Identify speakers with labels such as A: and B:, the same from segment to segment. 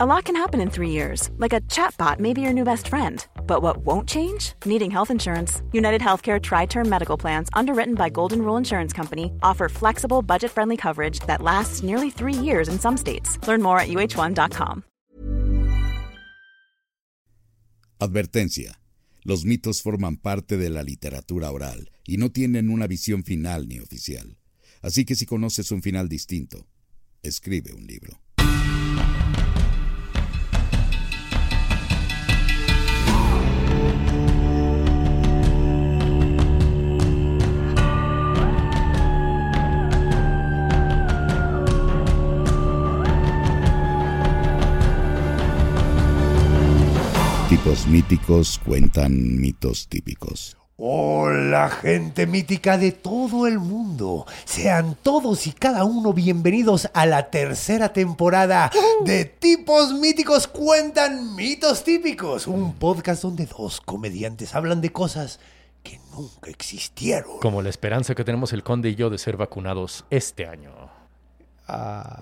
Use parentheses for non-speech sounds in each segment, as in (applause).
A: A lot can happen in three years, like a chatbot may be your new best friend. But what won't change? Needing health insurance. United Healthcare Tri Term Medical Plans, underwritten by Golden Rule Insurance Company, offer flexible, budget friendly coverage that lasts nearly three years in some states. Learn more at uh1.com.
B: Advertencia: Los mitos forman parte de la literatura oral y no tienen una visión final ni oficial. Así que si conoces un final distinto, escribe un libro. Tipos míticos cuentan mitos típicos.
C: Hola gente mítica de todo el mundo. Sean todos y cada uno bienvenidos a la tercera temporada de Tipos Míticos Cuentan Mitos Típicos. Un podcast donde dos comediantes hablan de cosas que nunca existieron.
D: Como la esperanza que tenemos el conde y yo de ser vacunados este año. Ah.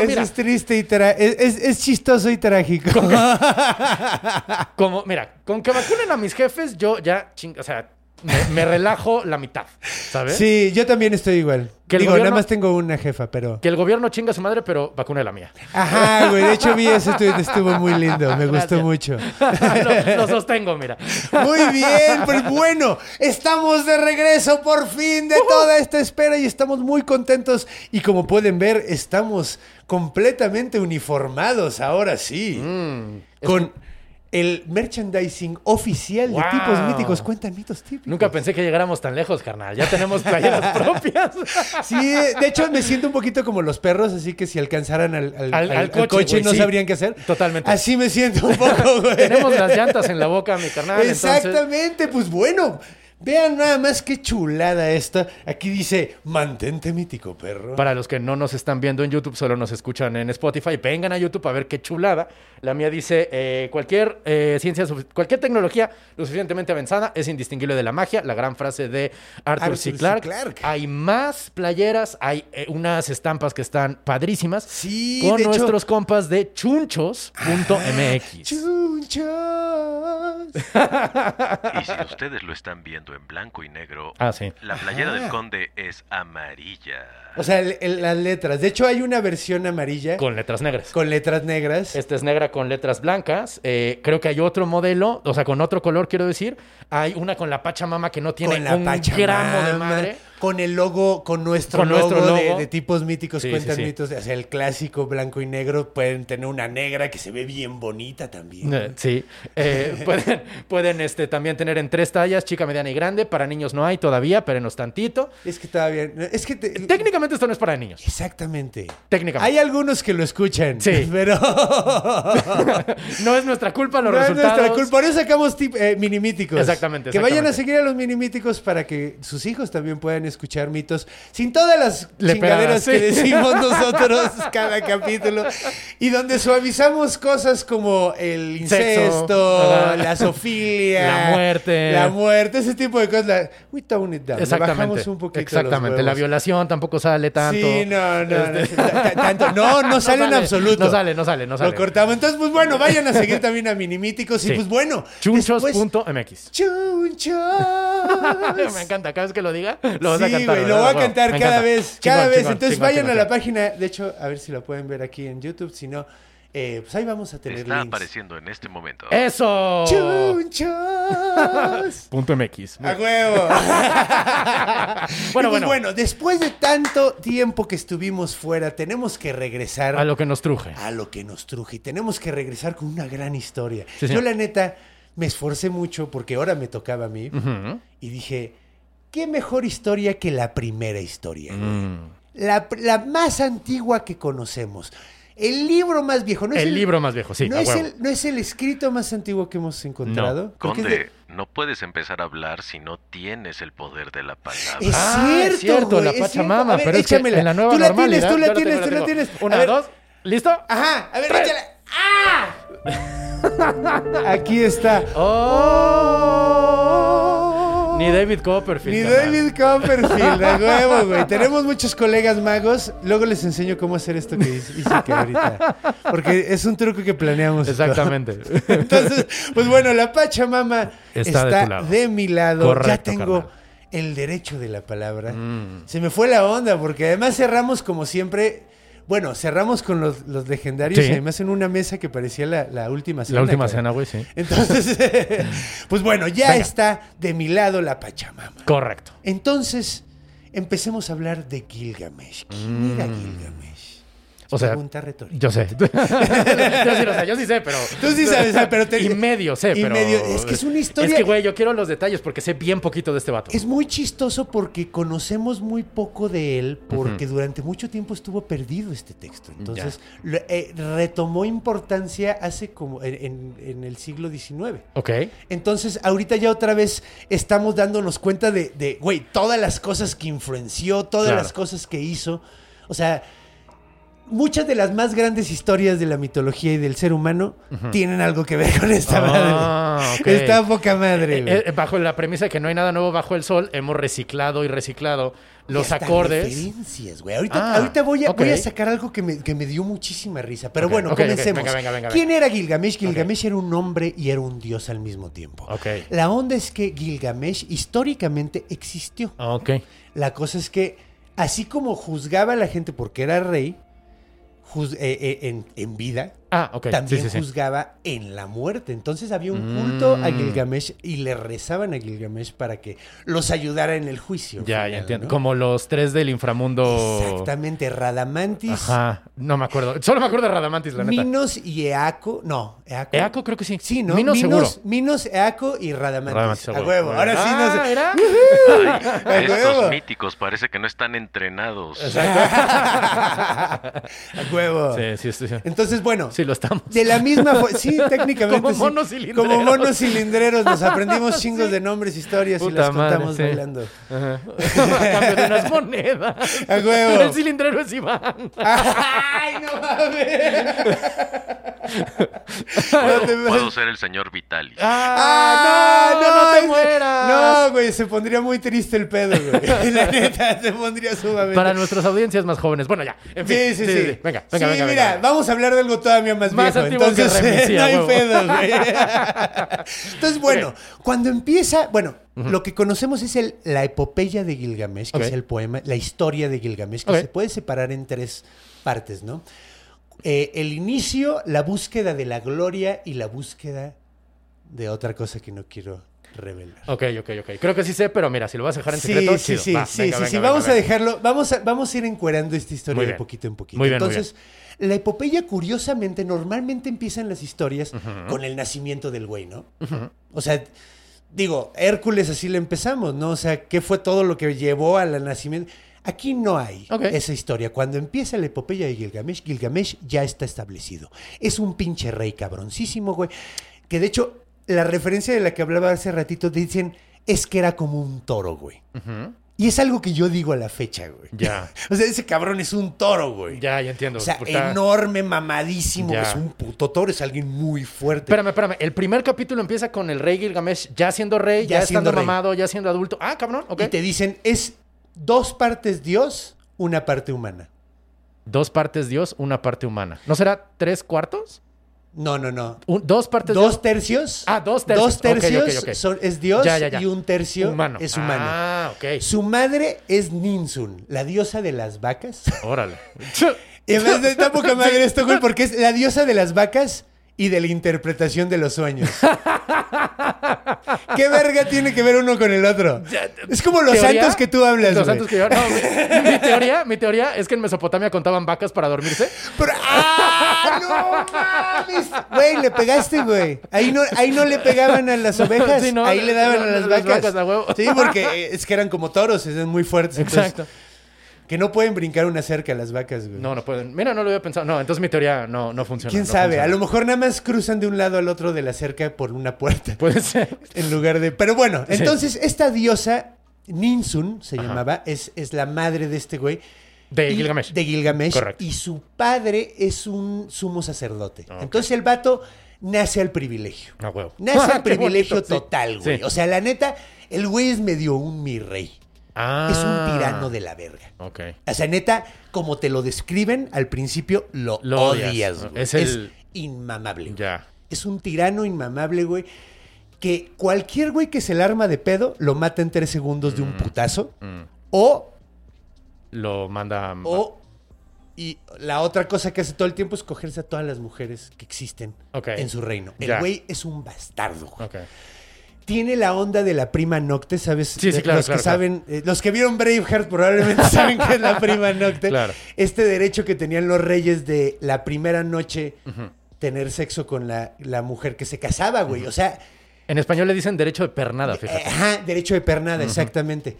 C: (laughs) Eso es triste y tra- es, es- es chistoso y trágico.
D: Como, mira, con que vacunen a mis jefes, yo ya, ching- o sea, me, me relajo la mitad, ¿sabes?
C: Sí, yo también estoy igual.
D: Que el
C: Digo,
D: gobierno-
C: nada más tengo una jefa, pero...
D: Que el gobierno chinga a su madre, pero vacune a la mía. (laughs)
C: Ajá, güey. De hecho, vi ese tweet, estuvo muy lindo. Me gustó
D: Gracias.
C: mucho.
D: lo, lo sostengo, mira.
C: Muy bien, pues bueno, estamos de regreso por fin de toda esta espera y estamos muy contentos. Y como pueden ver, estamos completamente uniformados ahora sí.
D: Mm,
C: Con el merchandising oficial de
D: Wow.
C: tipos míticos. Cuentan mitos típicos.
D: Nunca pensé que llegáramos tan lejos, carnal. Ya tenemos playeras (laughs) propias. (laughs)
C: Sí, de hecho me siento un poquito como los perros, así que si alcanzaran al, al-
D: Al-
C: al-
D: al
C: al coche,
D: coche, güey,
C: no
D: sí.
C: sabrían qué hacer.
D: Totalmente.
C: Así me siento un
D: (laughs)
C: poco, güey.
D: tenemos las llantas en la boca, mi carnal. Entonces,
C: Exactamente, pues bueno. Vean nada más qué chulada esta. Aquí dice, mantente mítico, perro.
D: para los que no nos están viendo en YouTube, solo nos escuchan en Spotify, vengan a YouTube a ver qué chulada. La mía dice, eh, cualquier eh, ciencia, sufic- cualquier tecnología lo suficientemente avanzada es indistinguible de la magia. La gran frase de Arthur,
C: Arthur
D: C.
C: C.
D: Clarke.
C: Clarke.
D: Hay más playeras, hay eh, unas estampas que están padrísimas.
C: Sí,
D: con
C: de hecho- Ah,
D: nuestros compas de chunchos.mx.
C: Chunchos.
E: Y si ustedes lo están viendo en blanco y negro,
D: Ah, sí.
E: la playera del conde es amarilla.
C: O sea, el- el- las letras. De hecho, hay una versión amarilla con,
D: Con letras negras.
C: letras negras.
D: Esta es negra con letras blancas. Eh, creo que hay otro modelo, o sea, con otro color, quiero decir. Hay una con la Pachamama que no tiene
C: con la
D: un
C: Pachamama,
D: gramo de madre.
C: Con el logo, con nuestro
D: Con
C: logo,
D: nuestro
C: De,
D: logo.
C: de tipos míticos,
D: Sí, sí,
C: cuentan
D: sí.
C: mitos. O sea, el clásico blanco y negro. Pueden tener una negra que se ve bien bonita también.
D: Eh, Sí,
C: (laughs)
D: Eh, pueden, pueden este, también tener en tres tallas, chica, mediana y grande. Para niños no hay todavía, pero nos tantito.
C: Es que estaba bien. Es que... te-
D: Técnicamente esto no es para niños.
C: Exactamente. (laughs)
D: Técnicamente.
C: Hay algunos que lo escuchan.
D: Sí.
C: (laughs)
D: (laughs)
C: Pero. no
D: No es nuestra culpa los
C: es
D: resultados.
C: nuestra culpa. Por eso sacamos tip- eh, minimíticos.
D: Exactamente,
C: Que vayan a
D: exactamente.
C: seguir a los minimíticos para que sus hijos también puedan escuchar mitos sin todas las chingaderas
D: Leperadas,
C: que
D: sí. (laughs)
C: decimos nosotros cada capítulo. Y donde suavizamos cosas como el
D: Sexo,
C: incesto,
D: ajá.
C: la sofilia,
D: La muerte.
C: La muerte, ese tipo de cosas. La- We tone it down. le
D: Exactamente.
C: bajamos un poquito. los
D: Exactamente. La
C: huevos.
D: violación tampoco sale tanto.
C: Sí, no, no. no,
D: Este-
C: ta- ta- tanto- no,
D: (laughs)
C: no sale en absoluto.
D: No sale, no sale, no sale.
C: Lo cortamos. Entonces, pues bueno,
D: (laughs)
C: vayan a seguir también a Minimíticos. Y
D: Sí.
C: pues bueno. después-
D: Chunchos.mx.
C: Chunchos.
D: (laughs) Me encanta, cada vez que lo diga,
C: Lo
D: lo vas a
C: Pues, sí,
D: cantar.
C: güey, lo
D: ¿verdad?
C: voy a
D: Huevo.
C: cantar
D: Me
C: cada
D: encanta.
C: vez,
D: Chingón,
C: cada vez.
D: chingón,
C: Entonces
D: chingón,
C: vayan a
D: chingón,
C: la
D: chingón.
C: página. De hecho, a ver si la pueden ver aquí en YouTube. Si no, eh, pues ahí vamos a tener
E: Está
C: links. Eh,
E: apareciendo en este momento.
D: ¡Eso! (laughs)
C: Chunchos.
D: Punto MX.
C: A huevo.
D: (laughs)
C: (laughs) Y pues
D: Bueno, bueno.
C: bueno, después de tanto tiempo que estuvimos fuera, tenemos que regresar
D: A lo que nos truje.
C: a lo que nos truje. Y Tenemos que regresar con una gran historia.
D: Sí,
C: Yo,
D: señor.
C: la neta, me esforcé mucho porque ahora me tocaba a mí
D: Ujú.
C: y dije, ¿qué mejor historia que la primera historia?
D: Mm.
C: La, pr- la más antigua que conocemos. El libro más viejo. ¿No es
D: El libro más viejo, sí.
C: no
D: a
C: es,
D: huevo.
C: el, no es el escrito más antiguo que hemos encontrado. Porque es
E: Conde,
C: de-
E: no puedes empezar a hablar si no tienes el poder de la palabra.
C: Es
D: Ah,
C: cierto,
D: es cierto,
C: güey,
D: la
C: es cierto.
D: Pachamama,
C: A ver,
D: pero es que
C: échamela.
D: en la nueva
C: Tú la
D: normalidad-
C: tienes, tú la
D: Yo
C: tienes,
D: tengo,
C: tú la
D: yo tengo.
C: tienes. A
D: Una,
C: ver.
D: dos. ¿Listo?
C: Ajá, a ver, échala.
D: (laughs)
C: ¡Ah! Aquí está.
D: ¡Oh! Ni David Copperfield.
C: Ni
D: carnal.
C: David Copperfield, a huevo, güey. Tenemos muchos colegas magos. Luego les enseño cómo hacer esto que hice hice que ahorita. Porque es un truco que planeamos.
D: Exactamente.
C: (laughs) Entonces, pues bueno, la Pachamama
D: Está
C: está,
D: de tu lado.
C: de mi lado. ya
D: Correcto,
C: tengo
D: carnal. Mm.
C: el derecho de la palabra. Se me fue la onda, porque además cerramos como siempre. Bueno, cerramos con los, los legendarios
D: Sí.
C: y además en una mesa que parecía la, la última cena.
D: La última
C: cabrón.
D: cena, güey, sí.
C: Entonces, (laughs) pues bueno, ya
D: Venga.
C: está de mi lado la Pachamama.
D: Correcto.
C: Entonces, empecemos a hablar de Gilgamesh. ¿Quién era Gilgamesh?
D: Mm. O sea,
C: Pregunta retórica.
D: yo sé. (laughs) yo sí lo sé, yo sí sé, pero.
C: Tú sí sabes, ah, pero te-
D: Y medio sé,
C: y
D: pero.
C: medio- es que es una historia-
D: Es que, güey, yo quiero los detalles porque sé bien poquito de este vato.
C: Es muy chistoso porque conocemos muy poco de él porque durante mucho tiempo estuvo perdido este texto. Entonces, lo- eh, retomó importancia hace como en, en- en el siglo XIX.
D: Ok. Eh,
C: Entonces, ahorita ya otra vez estamos dándonos cuenta de, de, güey, todas las cosas que influenció, todas
D: Claro.
C: las cosas que hizo. O sea, muchas de las más grandes historias de la mitología y del ser humano tienen algo que ver con esta
D: Ah,
C: madre.
D: ok.
C: Está poca madre, güey.
D: Eh, eh, bajo la premisa de que no hay nada nuevo bajo el sol, hemos reciclado y reciclado los
C: Hasta
D: acordes.
C: referencias, güey. Ahorita,
D: Ah,
C: ahorita voy, a,
D: ok.
C: voy a sacar algo que me, que me dio muchísima risa. Pero
D: Ok,
C: bueno,
D: ok, ok.
C: comencemos.
D: Venga, venga, venga,
C: ¿Quién era Gilgamesh? Gilgamesh era un hombre y era un dios al mismo tiempo.
D: Ok.
C: La onda es que Gilgamesh históricamente existió.
D: Ah, Ok.
C: La cosa es que, así como juzgaba a la gente porque era rey, juz- eh, eh, en, en vida,
D: Ah, ok.
C: también
D: sí, sí, sí.
C: juzgaba en la muerte. Entonces había un culto a
D: Mm.
C: Gilgamesh y le rezaban a Gilgamesh para que los ayudara en el juicio.
D: Ya,
C: final,
D: ya entiendo.
C: ¿no?
D: Como los tres del inframundo.
C: Exactamente, Radamantis,
D: Ajá. No me acuerdo. Solo me acuerdo de Radamantis, la neta.
C: Minos y Eaco. No, Eaco.
D: Eaco creo que sí.
C: Sí, ¿no?
D: Minos,
C: Minos,
D: seguro.
C: Minos, Eaco y Radamantis.
D: Radamantis,
C: a
D: seguro.
C: huevo. Ahora sí
D: Ah,
C: no sé.
D: ¿era?
C: A huevo.
E: Estos míticos parece que no están entrenados.
C: (laughs) a huevo.
D: Sí, sí, sí, sí.
C: Entonces, bueno.
D: Sí, lo estamos.
C: De la misma forma, sí, técnicamente.
D: Como
C: sí.
D: monos cilindreros.
C: Como monos cilindreros, nos
D: (laughs)
C: aprendimos chingos de nombres, historias y
D: Puta
C: las
D: madre,
C: contamos
D: sí. (laughs)
C: bailando.
D: Ajá. A cambio de unas monedas.
C: A huevo.
D: El cilindrero es Iván.
C: ¡Ay, no mames!
E: Puedo,
C: te- (laughs)
E: puedo ser el señor Vitali.
C: ¡Ah, no, no,
D: te
C: ese-
D: mueras.
C: No, güey, se pondría muy triste el pedo, güey. (laughs) La neta, se pondría sumamente.
D: Para nuestras audiencias más jóvenes. Bueno, ya. En fin,
C: Sí, sí, sí.
D: Venga, venga,
C: Sí,
D: venga. venga,
C: mira,
D: venga.
C: vamos a hablar de algo todavía más,
D: Más
C: viejo.
D: antiguo que
C: Entonces, (laughs)
D: Remisia,
C: no hay
D: huevo.
C: pedo,
D: (laughs)
C: güey. Entonces, bueno, cuando empieza, bueno, lo que conocemos es el, la epopeya de Gilgamesh, que
D: Ok.
C: es el poema, la historia de Gilgamesh, que
D: Ok.
C: se puede separar en tres partes, ¿no? Eh, el inicio, la búsqueda de la gloria y la búsqueda de otra cosa que no quiero revelar.
D: Ok, ok, ok. Creo que sí sé, pero mira, si lo vas a dejar en
C: Sí,
D: secreto,
C: sí,
D: chido.
C: sí,
D: Va,
C: sí,
D: venga,
C: sí,
D: venga,
C: sí.
D: venga,
C: Vamos a
D: venga.
C: dejarlo, vamos a, vamos a ir encuerando esta historia
D: Muy
C: de
D: bien.
C: poquito en poquito.
D: Muy bien, muy
C: Entonces, la epopeya, curiosamente, normalmente empiezan las historias con el nacimiento del güey, ¿no? O sea, digo, Hércules así le empezamos, ¿no? O sea, ¿qué fue todo lo que llevó al nacimiento? Aquí no hay
D: Ok.
C: esa historia. Cuando empieza la epopeya de Gilgamesh, Gilgamesh ya está establecido. Es un pinche rey cabroncísimo, güey. Que de hecho, la referencia de la que hablaba hace ratito dicen es que era como un toro, güey.
D: Ujú.
C: Y es algo que yo digo a la fecha, güey.
D: Ya.
C: (laughs) O sea, ese cabrón es un toro, güey.
D: Ya, ya entiendo.
C: O sea,
D: Porque está-
C: enorme, mamadísimo.
D: Ya.
C: Es un puto toro, es alguien muy fuerte.
D: Espérame, espérame. El primer capítulo empieza con el rey Gilgamesh ya siendo rey,
C: Ya
D: ya, estando
C: siendo rey.
D: mamado, ya siendo adulto. Ah, cabrón, ok.
C: Y te dicen, es dos partes Dios, una parte humana.
D: Dos partes Dios, una parte humana. ¿No será tres cuartos?
C: No, no, no.
D: Un- dos partes Dios.
C: Dos tercios.
D: Ah, dos tercios.
C: Dos tercios
D: Ok, ok, ok.
C: son- es Dios
D: Ya, ya, ya.
C: y un tercio
D: humano.
C: es humano.
D: Ah, ok.
C: Su madre es Ninsun, la diosa de las vacas.
D: Órale.
C: (laughs) Y además está poca madre esto, güey, porque es la diosa de las vacas y de la interpretación de los (laughs) sueños. ¿Qué verga tiene que ver uno con el otro? Es como los
D: ¿Teoría?
C: santos que tú hablas,
D: Los
C: güey.
D: santos que yo. No, güey. mi teoría, mi teoría es que en Mesopotamia contaban vacas para dormirse.
C: Pero- ¡Ah! ¡No mames! Güey, le pegaste, güey. Ahí no, ahí no le pegaban a las ovejas.
D: sí, no,
C: ahí le daban
D: no,
C: a las
D: las
C: vacas.
D: vacas a huevo.
C: Sí, porque eh, es que eran como toros, eran muy fuertes. entonces,
D: Exacto.
C: que no pueden brincar una cerca las vacas, güey.
D: No, no pueden. Mira, no lo había pensado. No, entonces mi teoría no, no funciona.
C: ¿Quién
D: no
C: sabe?
D: funciona.
C: A lo mejor nada más cruzan de un lado al otro de la cerca por una puerta.
D: Puede ser.
C: En lugar de. Pero bueno,
D: Sí.
C: entonces esta diosa, Ninsun se
D: Ajá.
C: llamaba, es, es la madre de este güey.
D: De
C: y-
D: Gilgamesh.
C: De Gilgamesh.
D: Correcto.
C: Y su padre es un sumo sacerdote.
D: Ok.
C: Entonces el vato nace al privilegio.
D: A huevo. (laughs)
C: Nace al
D: Ah, Qué
C: privilegio
D: bonito, sí.
C: total, güey.
D: Sí.
C: O sea, la neta, el güey es medio un mi rey.
D: Ah.
C: Es un tirano de la verga.
D: Ok.
C: O sea, neta, como te lo describen, al principio lo,
D: Lo odias,
C: odias,
D: ¿no?
C: güey.
D: Es
C: Es,
D: el-
C: inmamable. güey.
D: Ya.
C: Es un tirano inmamable, güey. Que cualquier güey que se le arma de pedo lo mata en tres segundos de un putazo.
D: Mm.
C: O,
D: Lo manda.
C: o. Y la otra cosa que hace todo el tiempo es cogerse a todas las mujeres que existen
D: Ok.
C: en su reino. El
D: Ya.
C: güey es un bastardo, güey.
D: Ok.
C: Tiene la onda de la prima Nocte, ¿sabes?
D: Sí, sí, claro,
C: Los
D: claro,
C: que
D: claro.
C: saben, eh, los que vieron Braveheart probablemente (laughs) saben que es la prima Nocte.
D: Claro.
C: Este derecho que tenían los reyes de la primera noche tener sexo con la, la mujer que se casaba, güey. O sea,
D: En español le dicen derecho de pernada, fíjate.
C: Eh, ajá, derecho de pernada, exactamente.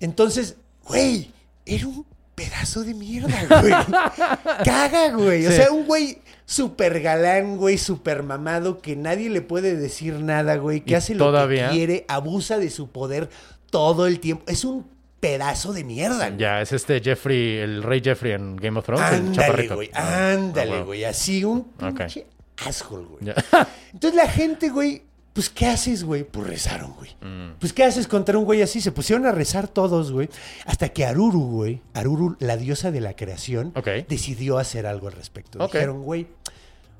C: Entonces, güey, era un pedazo de mierda, güey.
D: (laughs)
C: Caga, güey. O
D: Sí.
C: sea, un güey súper galán, güey, súper mamado, que nadie le puede decir nada, güey,
D: Y
C: que hace
D: todavía-
C: lo que quiere, abusa de su poder todo el tiempo. Es un pedazo de mierda, güey.
D: Ya, es este Jeffrey, el rey Jeffrey en Game of Thrones. el
C: eh. Ándale,
D: chaparrito.
C: güey.
D: Ah,
C: Ándale,
D: huevo.
C: güey. Así un
D: Ok.
C: pinche asshole, güey.
D: Ya. (laughs)
C: Entonces la gente, güey, pues ¿qué haces, güey? Pues rezaron, güey.
D: Mm.
C: Pues ¿qué haces contra un güey así? Se pusieron a rezar todos, güey. Hasta que Aruru, güey, Aruru, la diosa de la creación,
D: Ok.
C: decidió hacer algo al respecto.
D: Ok.
C: Dijeron, güey,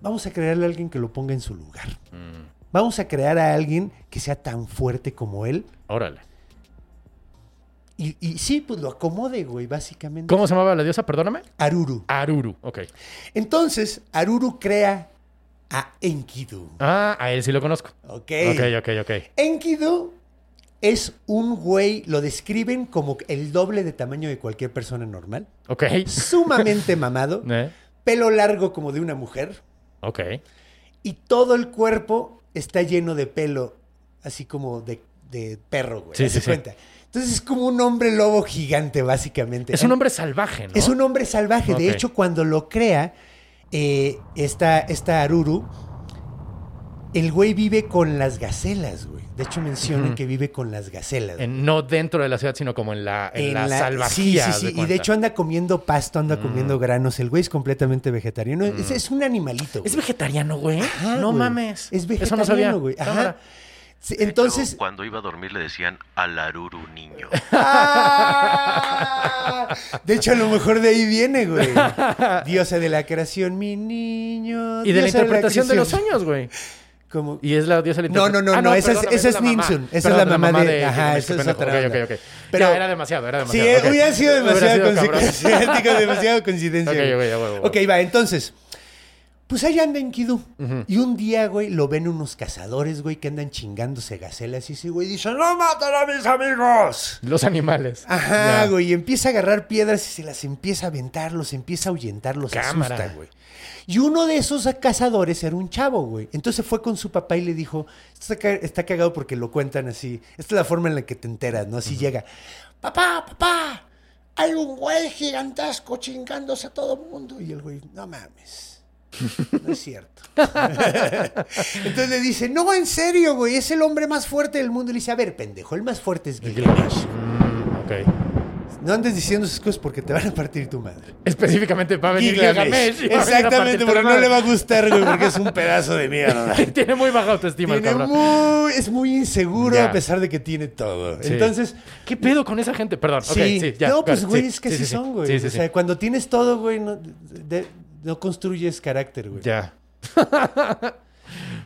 C: vamos a crearle a alguien que lo ponga en su lugar.
D: Mm.
C: Vamos a crear a alguien que sea tan fuerte como él.
D: Órale.
C: Y, y sí, pues lo acomode, güey, básicamente.
D: ¿Cómo se llamaba la diosa? Perdóname.
C: Aruru.
D: Aruru. Ok.
C: Entonces, Aruru crea a Enkidu.
D: Ah, a él sí lo conozco.
C: Ok.
D: Ok, ok, ok.
C: Enkidu es un güey, lo describen como el doble de tamaño de cualquier persona normal.
D: Ok. (laughs)
C: Sumamente mamado,
D: Eh,
C: pelo largo como de una mujer
D: Ok.
C: y todo el cuerpo está lleno de pelo, así como de, de perro, güey.
D: Sí,
C: ¿Haz de
D: sí, sí.
C: cuenta? Entonces es como un hombre lobo gigante, básicamente.
D: Es un hombre salvaje, ¿no?
C: Es un hombre salvaje. De
D: Ok.
C: hecho, cuando lo crea, eh, esta, esta Aruru, el güey vive con las gacelas, güey. De hecho, mencionan que vive con las gacelas. güey.
D: En- no dentro de la ciudad, sino como en la, en la, salvajía.
C: Sí, sí, sí. y
D: cuenta. Mm.
C: de hecho anda comiendo pasto, anda comiendo granos. El güey es completamente vegetariano. Es, es un animalito.
D: ¿Es
C: güey.
D: vegetariano, güey?
C: Ajá,
D: no
C: güey.
D: mames.
C: Es
D: Eso no sabía.
C: vegetariano, güey. Ajá.
D: Cámara.
C: Sí,
E: De hecho,
C: entonces,
E: cuando iba a dormir le decían al Aruru niño.
C: ¡Ah! De hecho, a lo mejor de ahí viene,
D: (laughs)
C: güey. Diosa de la creación, mi niño.
D: Y de la
C: diosa
D: interpretación de los
C: creación.
D: sueños, güey.
C: Como-
D: Y es la diosa de la
C: No, no,
D: interpretación.
C: no,
D: Ah,
C: no, esa es-
D: perdóname,
C: esa es
D: la mamá.
C: Nimsun, esa es la
D: Perdón,
C: mamá de- ajá,
D: Gilgamesh,
C: esa
D: qué
C: es
D: este pendejo.
C: otra
D: Ok, ok,
C: onda.
D: ok.
C: Pero-
D: Ya, era demasiado, era
C: Sí,
D: demasiado.
C: eh,
D: ok.
C: hubiera sido demasiada
D: Hubiera sido
C: (laughs) consecuencia.
D: cabrón.
C: digo, demasiada coincidencia.
D: Ok,
C: güey.
D: ok, ya, güey, güey.
C: Ok, va, entonces. Pues ahí anda Enkidu. Y un día, güey, lo ven unos cazadores, güey, que andan chingándose gacelas. Y ese güey dice: ¡No matan a mis amigos!
D: Los animales.
C: Ajá,
D: Ya.
C: güey. Y empieza a agarrar piedras y se las empieza a aventar, los empieza a ahuyentar, los
D: Cámara.
C: asusta, güey. Y uno de esos cazadores era un chavo, güey. Entonces fue con su papá y le dijo, está, ca- está cagado porque lo cuentan así. Esta es la forma en la que te enteras, ¿no? Así llega, papá, papá, hay un güey gigantesco chingándose a todo mundo. Y el güey, no mames. No es (laughs) cierto. Entonces le dice, no, en serio, güey, es el hombre más fuerte del mundo. Y le dice, a ver, pendejo, el más fuerte es Gilgamesh.
D: Mm, ok.
C: No andes diciendo esas cosas porque te van a partir tu madre.
D: Específicamente va a venir Gilgamesh. (laughs) y va a venir a
C: Exactamente,
D: partirte
C: porque
D: la
C: no le va a
D: madre.
C: gustar, güey, porque es un pedazo de
D: (laughs)
C: mierda.
D: Tiene muy baja autoestima el
C: Tiene
D: cabrón.
C: muy, es muy inseguro
D: Ya.
C: a pesar de que tiene todo.
D: Sí.
C: Entonces,
D: ¿Qué pedo con esa gente? Perdón. ok,
C: sí.
D: sí, ya.
C: no, pues,
D: claro,
C: güey,
D: sí,
C: es que
D: sí,
C: así
D: sí,
C: son, güey.
D: Sí, sí,
C: o
D: sí.
C: sea, cuando tienes todo, güey, no, de- no construyes carácter, güey.
D: Ya. (laughs)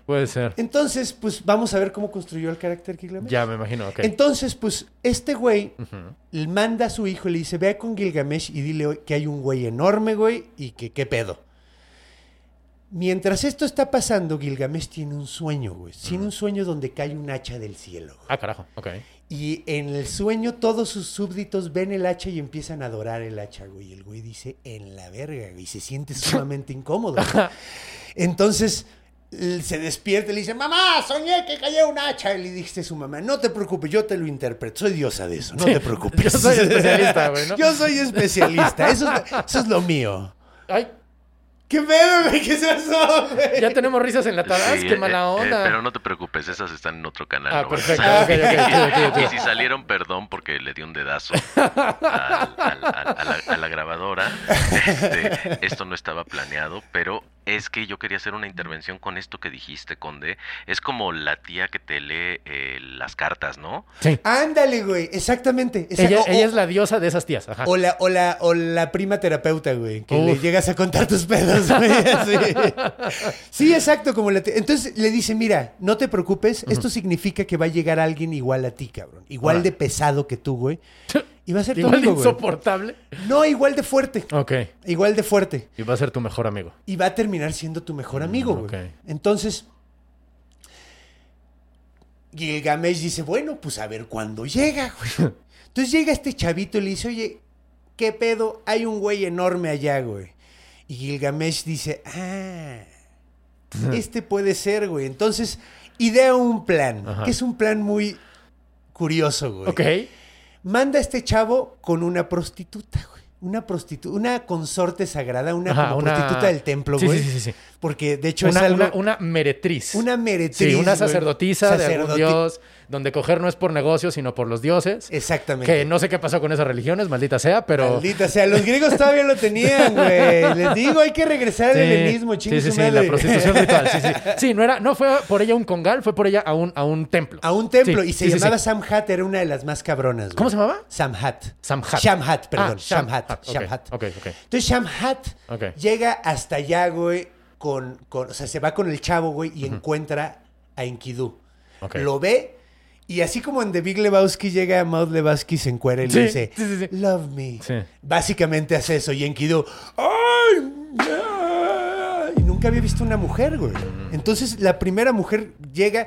D: Puede ser.
C: Entonces, pues vamos a ver cómo construyó el carácter Gilgamesh.
D: Ya, me imagino. Ok.
C: Entonces, pues, este güey le manda a su hijo y le dice, vea con Gilgamesh y dile que hay un güey enorme, güey, y que qué pedo. Mientras esto está pasando, Gilgamesh tiene un sueño, güey. Tiene un sueño donde cae un hacha del cielo. güey.
D: Ah, carajo. Ok.
C: Y en el sueño todos sus súbditos ven el hacha y empiezan a adorar el hacha, güey. Y el güey dice, en la verga, güey. Y se
D: (laughs)
C: siente sumamente incómodo. güey. Entonces l- se despierta y le dice, mamá, soñé que cayó un hacha. Y le dijiste a su mamá, no te preocupes, yo te lo interpreto. Soy diosa de eso, no te preocupes.
D: Yo
C: (laughs)
D: soy especialista, güey, ¿no?
C: Yo soy especialista. Eso es, eso es lo mío.
D: Ay.
C: ¿Qué pedo, güey? ¿Qué es eso, güey?
D: Ya tenemos risas enlatadas,
E: Sí,
D: Ah, qué
E: eh,
D: mala
E: eh,
D: onda.
E: pero no te preocupes, esas están en otro canal.
D: Ah,
E: no van a
D: perfecto.
E: salir.
D: ok, ok, chido, chido,
E: Y
D: chido.
E: si salieron, perdón, porque le di un dedazo al- al- al- a, la, a la grabadora. Este, esto no estaba planeado, pero es que yo quería hacer una intervención con esto que dijiste, Conde. Es como la tía que te lee eh, las cartas, ¿no?
D: Sí.
C: Ándale, güey. Exactamente. Esa-
D: Ella,
C: o-
D: ella
C: o-
D: es la diosa de esas tías. Ajá.
C: O la, o, la, o la prima terapeuta, güey, que le
D: Uf.
C: llegas a contar tus pedos,
D: (laughs)
C: güey. así. Sí, exacto, como la te- Entonces le dice, mira, no te preocupes, esto significa que va a llegar alguien igual a ti, cabrón. Igual
D: Órale.
C: de pesado que tú, güey. Y va a ser tu
D: Igual de
C: amigo, güey.
D: insoportable.
C: No, igual de fuerte.
D: Ok.
C: Igual de fuerte.
D: Y va a ser tu mejor amigo.
C: Y va a terminar siendo tu mejor amigo,
D: Mm,
C: güey.
D: ok.
C: Entonces, Gilgamesh dice, bueno, pues a ver cuándo llega,
D: (laughs)
C: güey. Entonces llega este chavito y le dice, oye, ¿qué pedo? Hay un güey enorme allá, güey. Y Gilgamesh dice,
D: (laughs)
C: ah, este puede ser, güey. Entonces, idea un plan,
D: Ajá.
C: que es un plan muy curioso, güey.
D: Ok.
C: Manda a este chavo con una prostituta, güey. Una prostituta, una consorte sagrada, una
D: Ajá,
C: como
D: una-
C: prostituta del templo,
D: Sí,
C: güey.
D: sí, sí, sí, sí.
C: Porque de hecho
D: Una,
C: es algo.
D: una- una meretriz.
C: Una meretriz.
D: Sí,
C: güey.
D: una sacerdotisa de algún
C: Sacerdoti-
D: dios, donde coger no es por negocio, sino por los dioses.
C: Exactamente.
D: Que no sé qué pasó con esas religiones, maldita sea, pero.
C: Maldita sea, los griegos todavía lo tenían,
D: (laughs)
C: güey. Les digo, hay que regresar al
D: Sí,
C: helenismo, chingue
D: sí, sí,
C: su
D: sí,
C: madre. (laughs)
D: la prostitución ritual. Sí, sí. Sí, no, era, no fue por ella a un congal, fue por ella a un, a un templo.
C: A un templo.
D: Sí,
C: y se
D: sí, sí,
C: llamaba
D: sí.
C: Samhat, era una de las más cabronas. güey.
D: ¿Cómo se llamaba?
C: Samhat.
D: Samhat.
C: Shamhat, perdón.
D: Ah, Sham-
C: Shamhat.
D: ah, ok,
C: Shamhat.
D: ok, ok.
C: Entonces Shamhat
D: Ok.
C: llega hasta allá, güey, con, con- O sea, se va con el chavo, güey, y encuentra a Enkidu.
D: Ok.
C: Lo ve. Y así como en The Big Lebowski llega Maud Lebowski, se encuera y
D: Sí,
C: le dice,
D: sí, sí, sí.
C: Love me.
D: Sí.
C: Básicamente hace eso. Y Enkidu, ¡ay! ay", Y nunca había visto una mujer, güey. Entonces la primera mujer llega,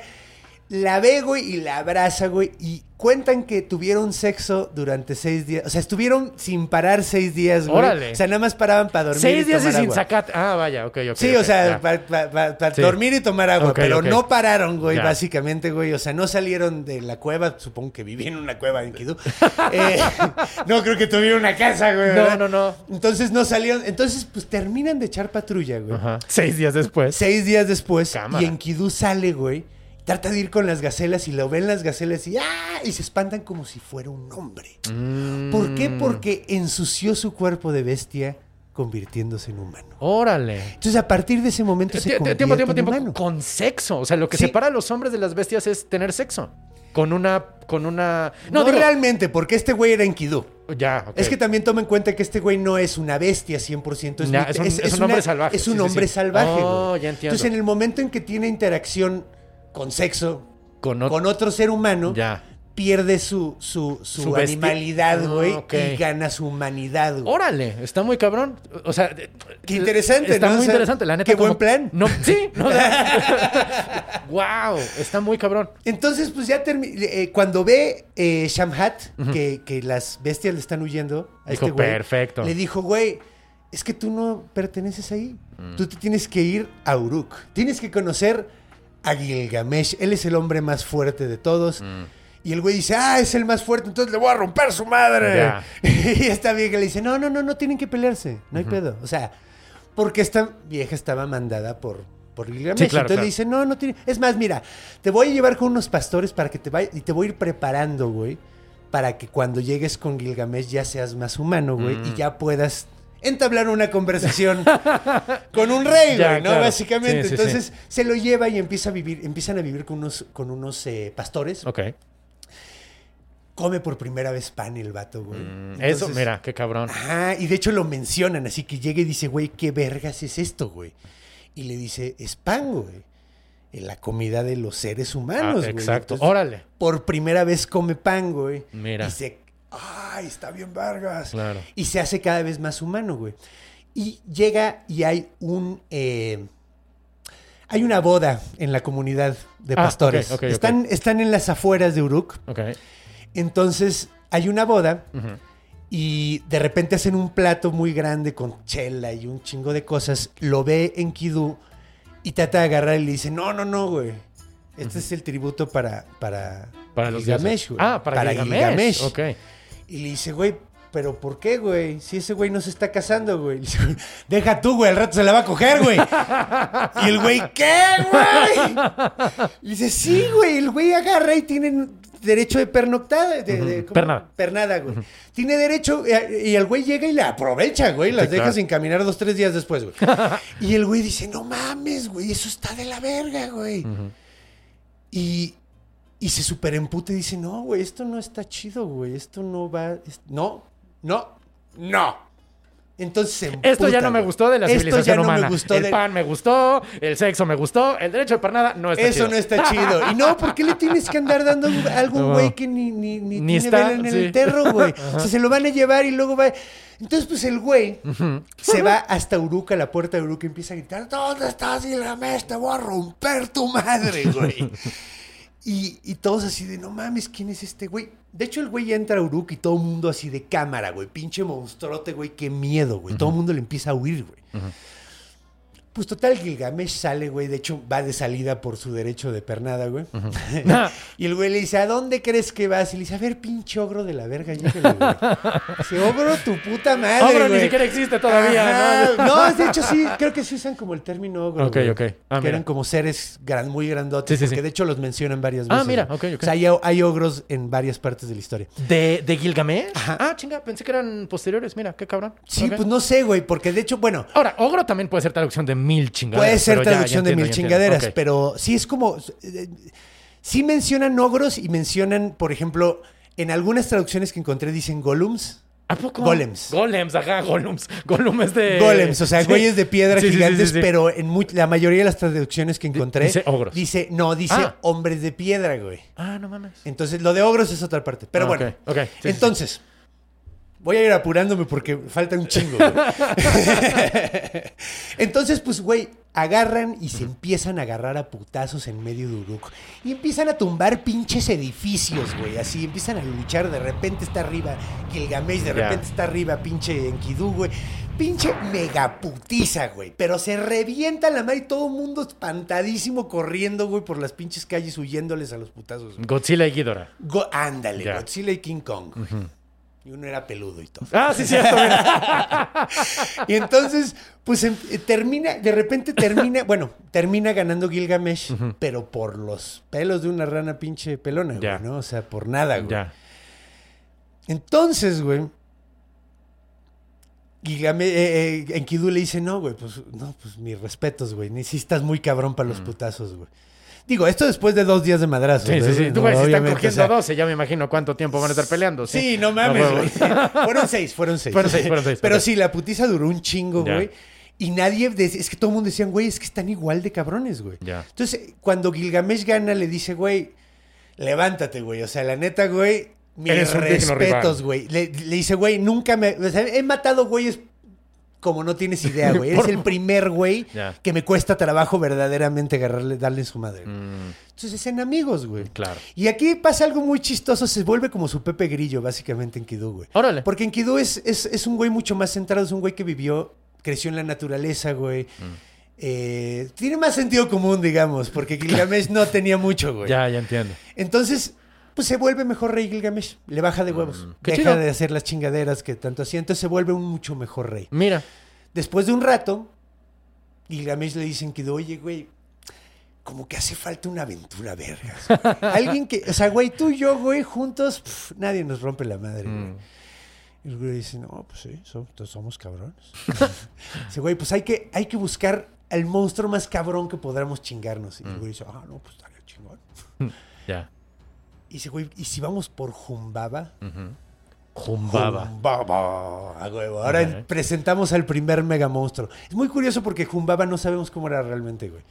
C: la ve, güey, y la abraza, güey. Y cuentan que tuvieron sexo durante seis días. O sea, estuvieron sin parar seis días, güey.
D: Órale.
C: O sea, nada más paraban para dormir.
D: Seis
C: y
D: días y
C: tomar
D: sin
C: agua.
D: sacate. Ah, vaya, ok, ok.
C: Sí,
D: ok,
C: o sea,
D: ya.
C: para
D: Sí.
C: dormir y tomar agua,
D: Ok,
C: pero
D: ok.
C: no pararon, güey,
D: Ya.
C: básicamente, güey. O sea, no salieron de la cueva, supongo que vivían en una cueva en
D: (laughs)
C: Kidú. Eh, no creo que tuvieran una casa, güey.
D: No,
C: ¿verdad?
D: no, no.
C: Entonces no salieron, entonces pues terminan de echar patrulla, güey.
D: Ajá. Seis días después.
C: Seis días después,
D: Cámara.
C: y Enkidu sale, güey. Trata de ir con las gacelas y lo ven las gacelas y ¡ah! Y se espantan como si fuera un hombre. ¿Por
D: Mm.
C: qué? Porque ensució su cuerpo de bestia convirtiéndose en humano.
D: Órale.
C: Entonces, a partir de ese momento se
D: Tie- tie-
C: convierte
D: Tiempo, tiempo,
C: en
D: tiempo.
C: humano.
D: Con sexo. O sea, lo que
C: Sí.
D: separa a los hombres de las bestias es tener sexo. Con una. Con una.
C: No,
D: No, digo-
C: realmente, porque este güey era Enkidu.
D: Ya, ok.
C: Es que también toma en cuenta que este güey no es una bestia 100%. Es,
D: Ya,
C: lit-
D: es un- es un hombre salvaje,
C: Es un
D: sí, sí,
C: hombre
D: sí.
C: salvaje,
D: Oh,
C: güey.
D: ya entiendo.
C: Entonces, en el momento en que tiene interacción con sexo,
D: Con otro.
C: con otro ser humano,
D: Ya.
C: pierde su, su, su
D: Su bestia-
C: animalidad,
D: Ah,
C: güey,
D: ok.
C: y gana su humanidad, güey.
D: Órale, está muy cabrón. O sea, de-
C: Qué interesante,
D: está
C: ¿no? O
D: muy
C: sea,
D: interesante, la neta.
C: qué buen plan.
D: No, sí,
C: (laughs)
D: no. (laughs) wow, está muy cabrón.
C: Entonces, pues ya termi- eh, cuando ve eh, Shamhat que, que las bestias le están huyendo a
D: Dijo,
C: este güey,
D: "Perfecto".
C: le dijo, güey, es que tú no perteneces ahí.
D: Mm.
C: Tú te tienes que ir a Uruk. Tienes que conocer a Gilgamesh. Él es el hombre más fuerte de todos.
D: Mm.
C: Y el güey dice, ah, es el más fuerte, entonces le voy a romper su madre.
D: Ya.
C: (laughs) y esta vieja le dice, no, no, no, no tienen que pelearse. No hay pedo. O sea, porque esta vieja estaba mandada por, por Gilgamesh.
D: Sí, claro,
C: entonces
D: claro.
C: le dice, no, no tiene. Es más, mira, te voy a llevar con unos pastores para que te vayas. Y te voy a ir preparando, güey. Para que cuando llegues con Gilgamesh ya seas más humano, güey.
D: Mm.
C: Y ya puedas entablar una
D: (laughs)
C: conversación con un rey,
D: Ya,
C: güey, ¿no?
D: claro.
C: Básicamente.
D: Sí, sí, sí.
C: Entonces se lo lleva y empieza a vivir, empiezan a vivir con unos, con unos eh, pastores.
D: Ok.
C: Come por primera vez pan el vato, güey.
D: Mm, Eso,
C: Mm, Entonces- ah,
D: mira, qué cabrón.
C: Ajá, y de hecho lo mencionan, así que llega y dice, güey, ¿qué vergas es esto, güey? Y le dice, es pan, güey. En la comida de los seres
D: Ah,
C: humanos, güey.
D: exacto.
C: Entonces,
D: Órale.
C: Por primera vez come pan, güey.
D: Mira.
C: Y se... ¡Ay, está bien vergas!
D: Claro.
C: Y se hace cada vez más humano, güey. Y llega y hay un... eh, hay una boda en la comunidad de
D: Ah,
C: pastores.
D: ok, ok, ok.
C: están, están en las afueras de Uruk.
D: Ok.
C: Entonces hay una boda
D: Ujú.
C: y de repente hacen un plato muy grande con chela y un chingo de cosas. Lo ve en Kidú y trata de agarrar y le dice, no, no, no, güey. Este es el tributo para, para,
D: Para los
C: Gilgamesh,
D: dioses.
C: güey.
D: Ah, para, Gilgamesh. Ok.
C: Y le dice, güey, ¿Pero por qué, güey? Si ese güey no se está casando, güey. Le dice, güey, Deja tú, güey, al rato se la va a coger, güey. Y el güey, ¿qué, güey? Y dice, sí, güey, el güey agarra y tiene derecho de pernoctada. De, de- ¿cómo?
D: Pernada.
C: Pernada, güey. Tiene derecho, eh, y el güey llega y la aprovecha, güey. Las deja
D: claro.
C: sin caminar dos, tres días después,
D: (laughs)
C: güey. Y el güey dice, no mames, güey, eso está de la verga, güey. Y, y se superemputa y dice, no, güey, esto no está chido, güey. Esto no va... es- no, no, no. Entonces se
D: Esto ya
C: emputa,
D: no me
C: güey.
D: gustó de la
C: Esto
D: civilización
C: ya no me
D: humana.
C: gustó
D: el
C: de-
D: pan me gustó, el sexo me gustó, el derecho de pernada no está
C: Eso
D: chido.
C: no está chido. Y no, ¿por qué le tienes que andar dando un- algo a un
D: No.
C: güey que ni, ni, ni
D: Ni
C: tiene
D: está,
C: vela en el
D: sí.
C: entierro,
D: (laughs)
C: güey? O sea, se lo van a llevar y luego va... Entonces, pues, el güey se va hasta Uruca, la puerta de Uruca, y empieza a gritar, ¿dónde estás, Gilgamesh? Te voy a romper tu madre, güey. Y, y todos así de, no mames, ¿quién es este güey? De hecho, el güey ya entra a Uruk y todo el mundo así de cámara, güey. Pinche monstruote, güey, qué miedo, güey. Todo el mundo le empieza a huir, güey. Pues total, Gilgamesh sale, güey. De hecho, va de salida por su derecho de pernada, güey. (laughs)
D: Ah.
C: y el güey le dice, ¿a dónde crees que vas? Y le dice, a ver, pinche ogro de la verga, llégale, güey. Dice, ogro tu puta madre,
D: Ogro ni
C: güey".
D: siquiera existe todavía,
C: Ajá. ¿no? de hecho, sí, creo que sí usan como el término ogro.
D: Ok,
C: güey.
D: ok. Ah,
C: que eran
D: mira.
C: como seres gran, muy grandotes.
D: Sí, sí,
C: porque
D: sí.
C: de hecho los mencionan varias
D: Ah,
C: veces.
D: mira,
C: güey.
D: ok, ok.
C: O sea, hay, hay ogros en varias partes de la historia.
D: ¿De, de Gilgamesh? Ah, chinga, pensé que eran posteriores. Mira, qué cabrón.
C: Sí,
D: Ok.
C: pues no sé, güey, porque de hecho, bueno,
D: Ahora, ogro también puede ser traducción de mil chingaderas.
C: Puede ser
D: pero ya- ya
C: traducción de
D: entiendo,
C: mil
D: ya entiendo.
C: chingaderas,
D: Ok.
C: pero sí es como. eh, Sí mencionan ogros y mencionan, por ejemplo, en algunas traducciones que encontré dicen golems.
D: ¿A poco?
C: Golems.
D: Golems, ajá, golems. Golems de...
C: Golems, o sea,
D: Sí.
C: güeyes de piedra
D: Sí, sí, sí,
C: gigantes,
D: sí, sí.
C: pero en mu- la mayoría de las traducciones que encontré.
D: dice ogros.
C: Dice, no, dice
D: Ah.
C: hombres de piedra, güey.
D: Ah, no mames.
C: Entonces, lo de ogros es otra parte. Pero
D: Ah,
C: bueno.
D: ok, ok, sí, sí,
C: Entonces, voy a ir apurándome porque falta un chingo.
D: (laughs)
C: güey. Entonces, pues, güey, agarran y se empiezan a agarrar a putazos en medio de Uruk. Y empiezan a tumbar pinches edificios, güey. Así empiezan a luchar. De repente está arriba Gilgamesh, de
D: Ya.
C: repente está arriba pinche Enkidu, güey. Pinche megaputiza, güey. Pero se revienta la madre y todo el mundo espantadísimo corriendo, güey, por las pinches calles huyéndoles a los putazos. güey.
D: Godzilla y Ghidorah.
C: Go- ándale,
D: Ya.
C: Godzilla y King Kong. güey. Y uno era peludo y todo. (laughs)
D: Ah, sí, cierto. mira.
C: Y entonces, pues em- eh, termina, de repente termina, bueno, termina ganando Gilgamesh, pero por los pelos de una rana pinche pelona, güey,
D: Ya.
C: ¿no? O sea, por nada, güey.
D: ya.
C: Entonces, güey, Gilgamesh, eh, eh, Enkidu le dice, no, güey, pues, no, pues mis respetos, güey, ni si estás muy cabrón para los putazos, güey. Digo, esto después de dos días de madrazo.
D: Mm. Sí, sí, sí. Tú, güey, si están cogiendo
C: dos
D: 12, ya me imagino cuánto tiempo van a estar peleando.
C: Sí,
D: Sí,
C: no mames,
D: huevo.
C: güey. fueron seis, fueron seis.
D: Fueron seis, fueron seis,
C: Pero
D: ok.
C: sí, la putiza duró un chingo,
D: Ya.
C: güey. Y nadie, de- es que todo el mundo decía, güey, es que están igual de cabrones, güey.
D: Ya.
C: Entonces, cuando Gilgamesh gana, le dice, güey, levántate, güey. O sea, la neta, güey, mis
D: Eres un digno
C: respetos,
D: rival.
C: güey. Le, le dice, güey, nunca me... o sea, he matado güeyes como no tienes idea,
D: (laughs)
C: güey. Eres
D: Por-
C: el primer güey
D: Ya.
C: que me cuesta trabajo verdaderamente agarrarle, darle en su madre. güey.
D: Mm,
C: Entonces, en amigos, güey.
D: claro.
C: Y aquí pasa algo muy chistoso, se vuelve como su Pepe Grillo, básicamente, Enkidu, güey.
D: Órale.
C: Porque Enkidu es, es, es un güey mucho más centrado, es un güey que vivió, creció en la naturaleza, güey.
D: Mm.
C: Eh, tiene más sentido común, digamos, porque Gilgamesh no tenía mucho, güey.
D: Ya, ya entiendo.
C: Entonces, pues se vuelve mejor rey Gilgamesh, le baja de huevos,
D: Mm. qué
C: deja
D: chido.
C: de hacer las chingaderas que tanto hacía, entonces se vuelve un mucho mejor rey.
D: Mira.
C: Después de un rato, Gilgamesh le dicen que, oye, güey, como que hace falta una aventura, vergas. güey. Alguien que, o sea, güey, tú y yo, güey, juntos, pf, nadie nos rompe la madre, güey. Y el güey dice, no, pues sí, so- entonces somos cabrones. (laughs) dice, güey, pues hay que, hay que buscar al monstruo más cabrón que podamos chingarnos. Y el güey dice, ah, no, pues estaría chingón.
D: Ya.
C: Y dice, güey, ¿y si vamos por Jumbaba?
D: Jumbaba.
C: Jumbaba, a huevo. Ahora
D: Ok.
C: presentamos al primer mega monstruo. Es muy curioso porque Jumbaba no sabemos cómo era realmente, güey.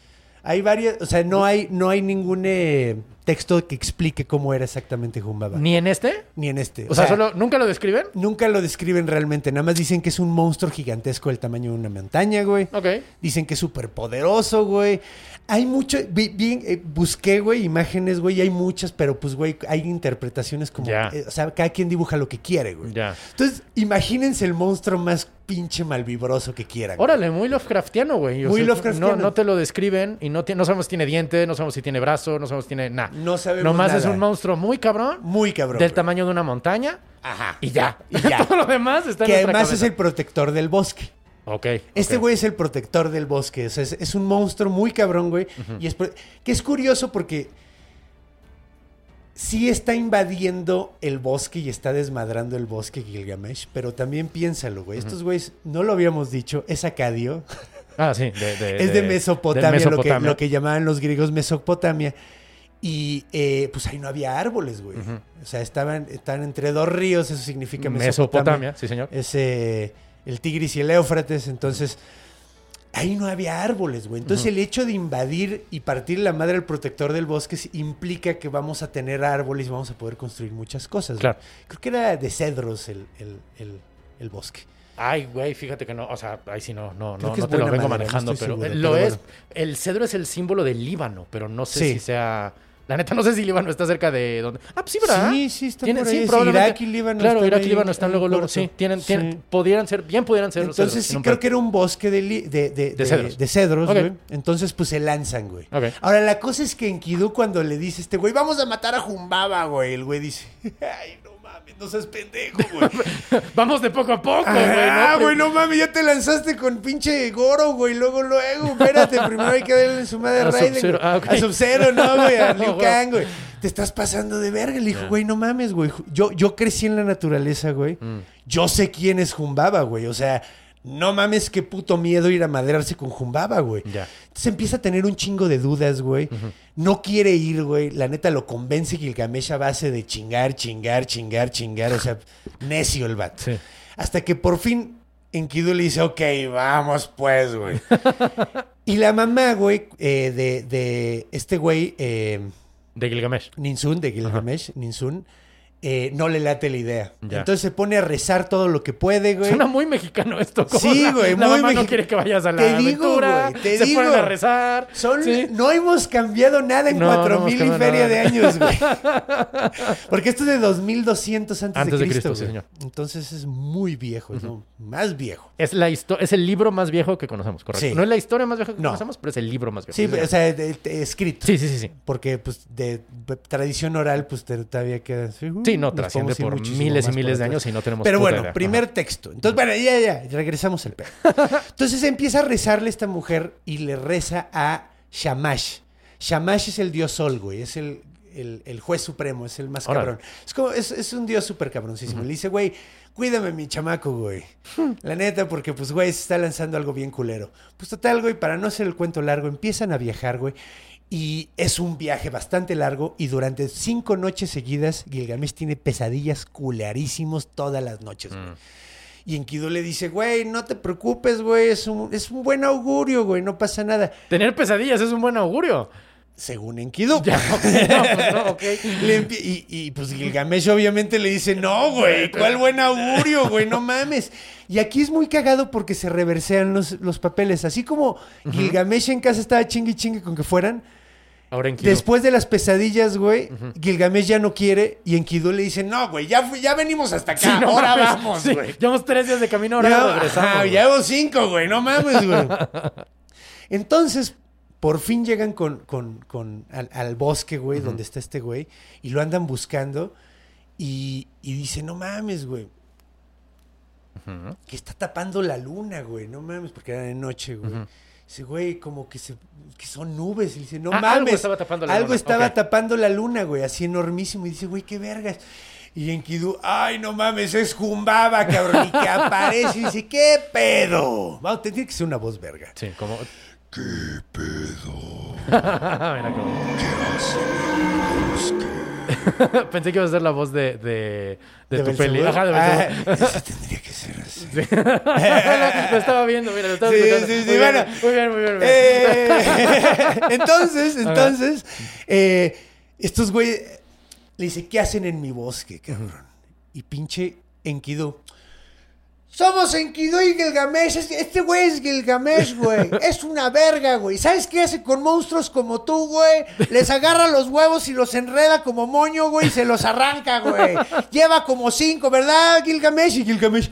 C: Hay varias, o sea, no hay, no hay ningún eh, texto que explique cómo era exactamente Jumbaba. Ni,
D: ¿Ni en este?
C: en este.
D: O sea, solo, ¿nunca lo describen?
C: nunca lo describen realmente. Nada más dicen que es un monstruo gigantesco del tamaño de una montaña, güey.
D: Ok.
C: Dicen que es súper poderoso, güey. Hay mucho. vi- vi- eh, busqué, güey, imágenes, güey. y Hay muchas, pero pues, güey, hay interpretaciones como.
D: Ya.
C: eh, o sea, cada quien dibuja lo que quiere, güey.
D: Ya.
C: Entonces, imagínense el monstruo más pinche malvibroso que quieran. güey.
D: Órale, muy Lovecraftiano, güey. O
C: Muy
D: sea,
C: Lovecraftiano.
D: No, no te lo describen y no, ti- no sabemos si tiene diente, no sabemos si tiene brazo, no sabemos si tiene nada.
C: No sabemos
D: Nomás es
C: nada.
D: un monstruo muy cabrón,
C: Muy cabrón.
D: del
C: güey.
D: tamaño de una montaña,
C: Ajá.
D: Y ya. (laughs)
C: Y ya.
D: Todo lo demás está en
C: que
D: nuestra
C: además es
D: cabeza.
C: el protector del bosque.
D: Ok.
C: Este
D: ok.
C: güey es el protector del bosque. o sea, es, es un monstruo muy cabrón, güey. Y es pro- que es curioso porque sí está invadiendo el bosque y está desmadrando el bosque Gilgamesh. Pero también piénsalo, güey. Estos güeyes, no lo habíamos dicho, es acadio.
D: Ah, sí. de-
C: es de Mesopotamia, lo que- Lo, que,
D: Mesopotamia.
C: llamaban los griegos Mesopotamia. Y eh, pues ahí no había árboles, güey. O sea, estaban, estaban entre dos ríos, eso significa
D: Mesopotamia, sí, señor.
C: es eh, el Tigris y el Éufrates, entonces ahí no había árboles, güey. Entonces el hecho de invadir y partir la madre al protector del bosque s- implica que vamos a tener árboles y vamos a poder construir muchas cosas. güey.
D: Claro.
C: Creo que era de cedros el, el- el- el bosque.
D: Ay, güey, fíjate que no, o sea, ahí sí no, no,
C: Creo
D: no,
C: que
D: no
C: es
D: te lo
C: buena madera, no
D: vengo manejando,
C: estoy
D: pero
C: seguro,
D: eh,
C: pero
D: lo
C: bueno.
D: es. El cedro es el símbolo del Líbano, pero no sé
C: Sí.
D: si sea. La neta, no sé si Líbano está cerca de donde. Ah, pues sí, ¿verdad?
C: Sí, sí, está
D: Tienen-
C: por ahí. Sí,
D: probablemente.
C: Irak y Líbano
D: Claro,
C: están
D: Irak
C: ahí
D: y Líbano están
C: en
D: luego, luego.
C: corto.
D: Sí, tienen, tienen,
C: Sí.
D: podrían ser, bien pudieran ser los cedros,
C: Entonces sí
D: sin un
C: creo
D: pedo.
C: que era un bosque de, li- de, de- de-
D: cedros.
C: de cedros,
D: Ok.
C: güey. Entonces pues se lanzan, güey.
D: Ok.
C: Ahora la cosa es que en Kidú cuando le dice este güey, vamos a matar a Jumbaba, güey, el güey dice, (laughs) ay, no mames, no seas pendejo, güey.
D: (laughs) Vamos de poco a poco, güey.
C: Ah,
D: ¿no?
C: güey, no mames, ya te lanzaste con pinche Goro, güey. Luego, luego, espérate, primero hay que darle en su madre
D: A
C: a Raiden.
D: Sub-Zero,
C: güey.
D: ah, ok.
C: A Sub-Zero, no, güey,
D: (laughs)
C: a Liu
D: No, güey.
C: Kang, güey. Te estás pasando de verga. Le dijo, güey, no mames, güey. Yo, yo crecí en la naturaleza, güey.
D: Mm.
C: Yo sé quién es Jumbaba, güey. O sea, no mames, qué puto miedo ir a madrarse con Jumbaba, güey.
D: Ya.
C: Entonces empieza a tener un chingo de dudas, güey. No quiere ir, güey. La neta lo convence Gilgamesh a base de chingar, chingar, chingar, chingar. O sea, necio el vato.
D: Sí.
C: Hasta que por fin Enkidu le dice, ok, vamos pues,
D: (laughs)
C: güey. y la mamá, güey, eh, de, de este güey, eh,
D: De Gilgamesh.
C: Ninsun, de Gilgamesh, Ninsun, eh, no le late la idea.
D: Ya.
C: Entonces se pone a rezar todo lo que puede, güey.
D: Suena muy mexicano esto. como
C: Sí,
D: la-
C: güey,
D: La
C: muy
D: mamá no
C: mexi-
D: quiere que vayas a la
C: Te digo,
D: aventura.
C: güey, te
D: se
C: digo.
D: ponen a rezar.
C: Son-
D: sí.
C: No hemos cambiado nada en
D: No, no hemos
C: 4000 y
D: cambiado
C: feria
D: nada.
C: de años, güey.
D: (laughs)
C: Porque esto es de 2200 antes,
D: Antes
C: de
D: de
C: Cristo,
D: Cristo, sí,
C: güey.
D: señor.
C: Entonces es muy viejo, es lo más viejo.
D: Es, la histo- es el libro más viejo que conocemos, correcto.
C: Sí.
D: No es la historia más vieja que
C: No.
D: conocemos, pero es el libro más viejo.
C: Sí, o sea, de- de- escrito.
D: sí, sí, sí, sí.
C: Porque, pues, de de tradición oral, pues te- todavía queda. Sí, uh,
D: Sí, no,
C: nos
D: trasciende
C: podemos ir
D: por
C: muchísimo
D: miles y
C: más
D: miles de
C: para
D: años
C: atrás.
D: y no tenemos
C: Pero
D: puta
C: bueno,
D: idea.
C: primer texto. Entonces, bueno, ya, ya, regresamos al pedo. Entonces empieza a rezarle esta mujer y le reza a Shamash. Shamash es el dios sol, güey. Es el, el- el juez supremo, es el más
D: Órale.
C: cabrón. Es, como, es, es un dios súper cabroncísimo. Le dice, güey, cuídame mi chamaco, güey. La neta, porque pues, güey, se está lanzando algo bien culero. Pues total, güey, para no hacer el cuento largo, empiezan a viajar, güey. Y es un viaje bastante largo y durante cinco noches seguidas Gilgamesh tiene pesadillas culearísimos todas las noches, güey. Y Enkidu le dice, güey, no te preocupes, güey, es un, es un buen augurio, güey, no pasa nada.
D: Tener pesadillas es un buen augurio.
C: Según Enkidu. (laughs)
D: Ya, ok, no, pues no, ok.
C: Le empie- y, y, pues Gilgamesh obviamente le dice, no, güey, ¿cuál buen augurio, güey? No mames. Y aquí es muy cagado porque se reversean los, los papeles. Así como Gilgamesh en casa estaba chingue y chingue con que fueran,
D: Ahora en Kiro.
C: después de las pesadillas, güey, Gilgamesh ya no quiere y Enkidu le dice, no, güey, ya, fu- ya venimos hasta acá,
D: Sí, no
C: ahora
D: mames.
C: vamos,
D: Sí,
C: güey.
D: Llevamos tres días de camino, ahora
C: Ya-
D: regresamos.
C: ajá,
D: güey.
C: llevo cinco, güey. No mames,
D: (laughs)
C: güey. Entonces, por fin llegan con, con- con- al, al bosque, güey, donde está este güey, y lo andan buscando. Y, y dice, no mames, güey. Que está tapando la luna, güey. No mames, porque era de noche, güey. Dice, güey, como que, se, que son nubes. Y dice, no
D: Ah, algo
C: mames.
D: estaba tapando la
C: Algo
D: luna.
C: estaba
D: Ok.
C: tapando la luna, güey, así enormísimo. Y dice, güey, qué vergas. Y Enkidu, ay, no mames, es Jumbaba, cabrón. Y que aparece y dice, ¿qué pedo? Vamos, tiene que ser una voz verga.
D: Sí, como. ¿Qué pedo? (laughs) Mira cómo. (laughs) Pensé que ibas a ser la voz de, de, de tu
C: Belcebú.
D: peli. Ajá, de Belcebú. (laughs)
C: Ah, (laughs) eso tendría que ser así.
D: lo, lo estaba viendo, mira, lo estaba
C: Sí,
D: escuchando.
C: sí, sí,
D: muy,
C: bueno.
D: bien, muy bien, muy bien. muy bien.
C: Eh, (laughs) entonces, entonces, eh, estos güeyes le dice, ¿qué hacen en mi bosque, cabrón? Y pinche Enkidu. Somos Enkidu y Gilgamesh. Es- Este güey es Gilgamesh, güey. Es una verga, güey. ¿Sabes qué hace con monstruos como tú, güey? Les agarra los huevos y los enreda como moño, güey, y se los arranca, güey. Lleva como cinco, ¿verdad, (laughs) Gilgamesh? Y Gilgamesh,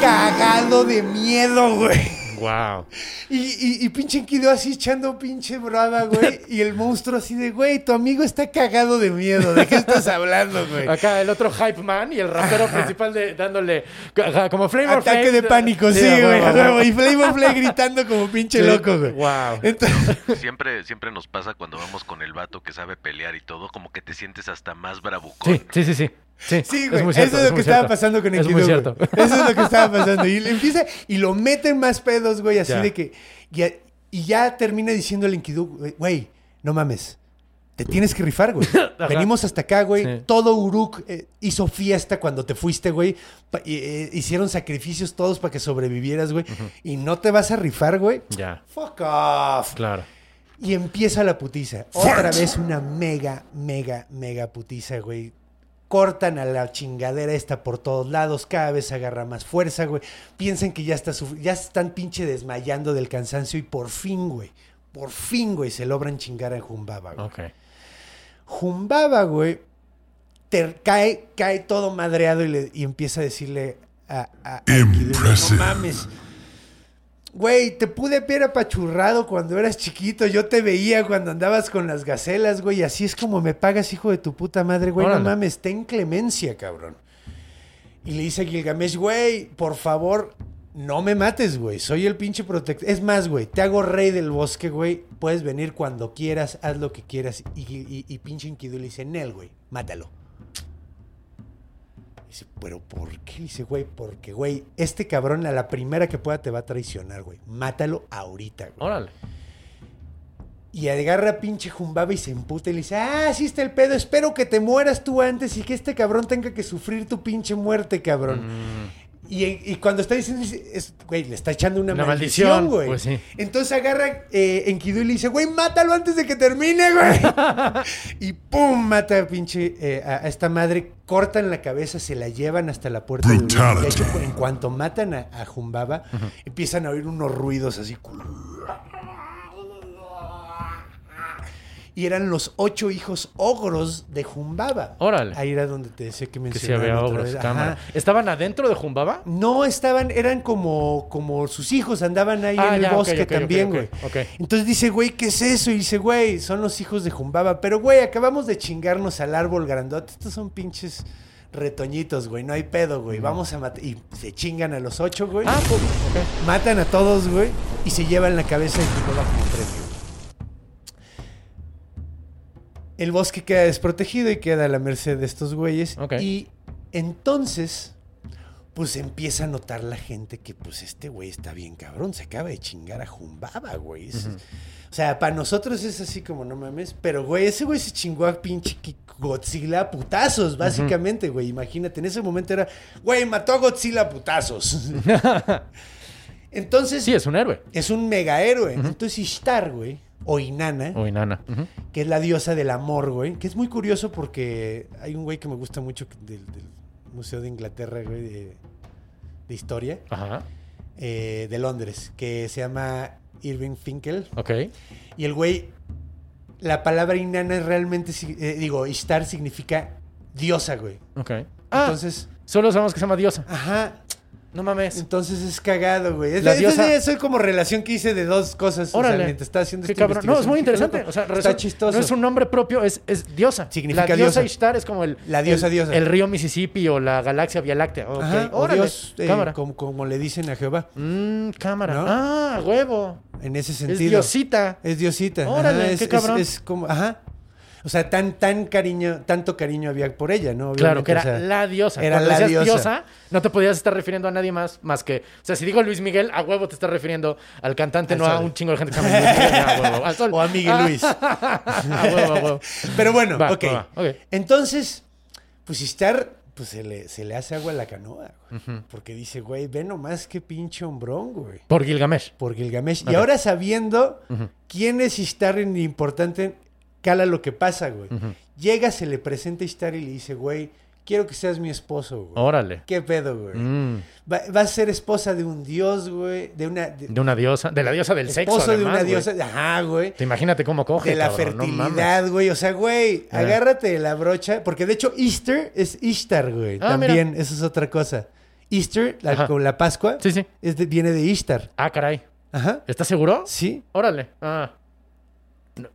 C: cagado de miedo, güey.
D: Wow.
C: Y, y, y pinche Enkidu así echando pinche brava,
D: (laughs)
C: güey. Y el monstruo así de, güey, tu amigo está cagado de miedo. ¿De qué estás hablando, güey?
D: Acá el otro hype man y el rapero principal de, dándole ajá, como Flavor
C: Ataque
D: Flav,
C: de pánico, sí,
D: a
C: güey.
D: huevo,
C: a
D: a huevo.
C: huevo. Y Flavor Flay gritando como pinche
D: Sí.
C: loco, güey.
D: Wow.
C: Entonces-
E: Siempre, siempre nos pasa cuando vamos con el vato que sabe pelear y todo, como que te sientes hasta más bravucón.
D: Sí, sí, sí, sí. Sí,
C: Sí,
D: es
C: güey.
D: muy cierto,
C: eso es lo
D: muy
C: que estaba
D: cierto.
C: pasando con el
D: Es muy cierto.
C: Eso es lo que estaba pasando. Y le empieza y lo meten más pedos, güey, así
D: Ya.
C: de que. Y, a- y ya termina diciendo el Enkidu, güey, güey, no mames. Te tienes que rifar,
D: (laughs)
C: güey. Venimos hasta acá, güey.
D: Sí.
C: Todo Uruk eh, hizo fiesta cuando te fuiste, güey. Pa- y, eh, hicieron sacrificios todos para que sobrevivieras, güey. Y no te vas a rifar, güey.
D: Ya,
C: Fuck off.
D: claro.
C: Y empieza la putiza. Otra vez una mega, mega, mega putiza, güey. Cortan a la chingadera esta por todos lados, cada vez agarra más fuerza, güey. Piensan que ya, está suf- ya se están pinche desmayando del cansancio y por fin, güey, por fin, güey, se logran chingar a Jumbaba, güey.
D: Ok.
C: Jumbaba, güey, te cae, cae todo madreado y, le, y empieza a decirle a, a, a Enkidu, no mames. Güey, te pude ver apachurrado cuando eras chiquito. Yo te veía cuando andabas con las gacelas, güey. Así es como me pagas, hijo de tu puta madre, güey.
D: Órale.
C: No mames, ten clemencia, cabrón. Y le dice a Gilgamesh, güey, por favor, no me mates, güey. Soy el pinche protector. Es más, güey, te hago rey del bosque, güey. Puedes venir cuando quieras, haz lo que quieras. Y, y- y pinche Enkidu le dice, Nel, güey, mátalo. Dice, pero ¿por qué? Le Dice, güey, porque, güey, este cabrón a la primera que pueda te va a traicionar, güey. Mátalo ahorita, güey.
D: Órale.
C: Y agarra a pinche Jumbaba y se emputa y le dice, ah, sí está el pedo, espero que te mueras tú antes y que este cabrón tenga que sufrir tu pinche muerte, cabrón.
D: Mm.
C: Y, y cuando está diciendo, dice, es- güey, le está echando una
D: Una
C: maldición,
D: maldición,
C: güey.
D: pues sí.
C: Entonces agarra eh, Enkidu y le dice, güey, mátalo antes de que termine,
D: (laughs)
C: güey. y pum, mata a pinche eh, a, a esta madre, cortan la cabeza, se la llevan hasta la puerta. de un- De hecho, en cuanto matan a, a Jumbaba, empiezan a oír unos ruidos así. Y eran los ocho hijos ogros de Jumbaba.
D: Órale.
C: Ahí era donde te decía que
D: Que sí
C: mencionaban
D: había
C: otra
D: ogros,
C: vez. Ajá.
D: cámara. ¿Estaban adentro de Jumbaba?
C: No estaban, eran como, como sus hijos, andaban ahí
D: Ah,
C: en el
D: ya, ok,
C: bosque
D: ok, ok,
C: también,
D: ok,
C: güey.
D: ok.
C: Entonces dice, güey, ¿qué es eso? Y dice, güey, son los hijos de Jumbaba. Pero, güey, acabamos de chingarnos al árbol grandote. Estos son pinches retoñitos, güey. No hay pedo, güey. Vamos a matar. Y se chingan a los ocho, güey.
D: Mm. Ah, pues, ok.
C: Matan a todos, güey. Y se llevan la cabeza de Jumbaba como premio. El bosque queda desprotegido y queda a la merced de estos güeyes.
D: Ok.
C: Y entonces, pues empieza a notar la gente que, pues, este güey está bien cabrón. Se acaba de chingar a Jumbaba, güey. Es- O sea, para nosotros es así como, no mames. Pero, güey, ese güey se chingó a pinche Ki- Godzilla a putazos, básicamente, güey. Imagínate, en ese momento era, güey, mató a Godzilla a
D: (laughs)
C: putazos. Entonces,
D: Sí, es un héroe.
C: es un megahéroe. Entonces, Ishtar, güey, o Inanna,
D: Uy, nana. Ujú.
C: que es la diosa del amor, güey. Que es muy curioso porque hay un güey que me gusta mucho que- del, del Museo de Inglaterra, güey, de, de historia,
D: Ajá.
C: eh, de Londres, que se llama Irving Finkel.
D: Ok.
C: Y el güey, la palabra Inanna es realmente, sig- eh, digo, Ishtar significa diosa, güey.
D: Ok. Ah,
C: Entonces,
D: solo sabemos que se llama diosa.
C: ajá,
D: No mames.
C: entonces es cagado, güey. Es,
D: La
C: es- es-
D: diosa-
C: es como relación que hice de dos cosas. O
D: Órale.
C: sea, mientras estaba haciendo
D: Qué
C: esta
D: cabrón. No, es muy
C: este investigación.
D: interesante. O sea,
C: está
D: resulta-
C: chistoso.
D: No es un nombre propio, es, es diosa.
C: Significa
D: La diosa
C: diosa.
D: Ishtar es como el.
C: La diosa,
D: el-
C: diosa.
D: El río Mississippi o la galaxia Vía Láctea. Ok.
C: Ajá, o
D: Órale.
C: Dios, eh,
D: cámara.
C: Como, como le dicen a Jehová.
D: Mm, cámara.
C: ¿No?
D: Ah, huevo.
C: En ese
D: Es
C: sentido.
D: diosita.
C: Es diosita.
D: Órale,
C: ajá, es,
D: qué cabrón.
C: Es, es como, ajá. O sea, tan, tan cariño, tanto cariño había por ella, ¿no?
D: Claro, que era
C: Obviamente, o sea,
D: la diosa.
C: Era
D: Cuando
C: la
D: decías
C: diosa.
D: diosa, no te podías estar refiriendo a nadie más más que. O sea, si digo Luis Miguel, a huevo te estás refiriendo al cantante,
C: Al
D: no a
C: sol.
D: un chingo de gente que se llama Luis Miguel, a huevo, al sol.
C: (laughs)
D: Ah.
C: O a Miguel Luis.
D: (laughs) a huevo, a huevo.
C: Pero bueno,
D: Va,
C: ok.
D: va, va, ok.
C: Entonces, pues Ishtar, pues se le, se le hace agua a la canoa. güey. Porque dice, güey, ve nomás qué pinche hombrón, güey.
D: Por Gilgamesh.
C: Por Gilgamesh.
D: Ok.
C: Y ahora sabiendo quién es Ishtar en importante, cala lo que pasa, güey. Llega, se le presenta a Ishtar y le dice, güey, quiero que seas mi esposo, güey.
D: Órale.
C: ¿Qué pedo, güey?
D: Mm,
C: Va, va a ser esposa de un dios, güey. De una. de-
D: de una diosa. De la diosa del sexo.
C: esposo de
D: además,
C: una
D: güey.
C: diosa. Ajá, güey.
D: Te imagínate cómo coge.
C: De la
D: cabrón, no mames.
C: fertilidad, güey. O sea, güey,
D: Ah.
C: agárrate de la brocha. Porque de hecho, Easter es Ishtar, güey.
D: Ah, mira.
C: También, eso es otra cosa. Easter, la,
D: Ajá.
C: con la Pascua,
D: Sí, sí.
C: es de- viene de Ishtar.
D: Ah, caray.
C: Ajá.
D: ¿Estás seguro?
C: Sí.
D: Órale. Ah. No.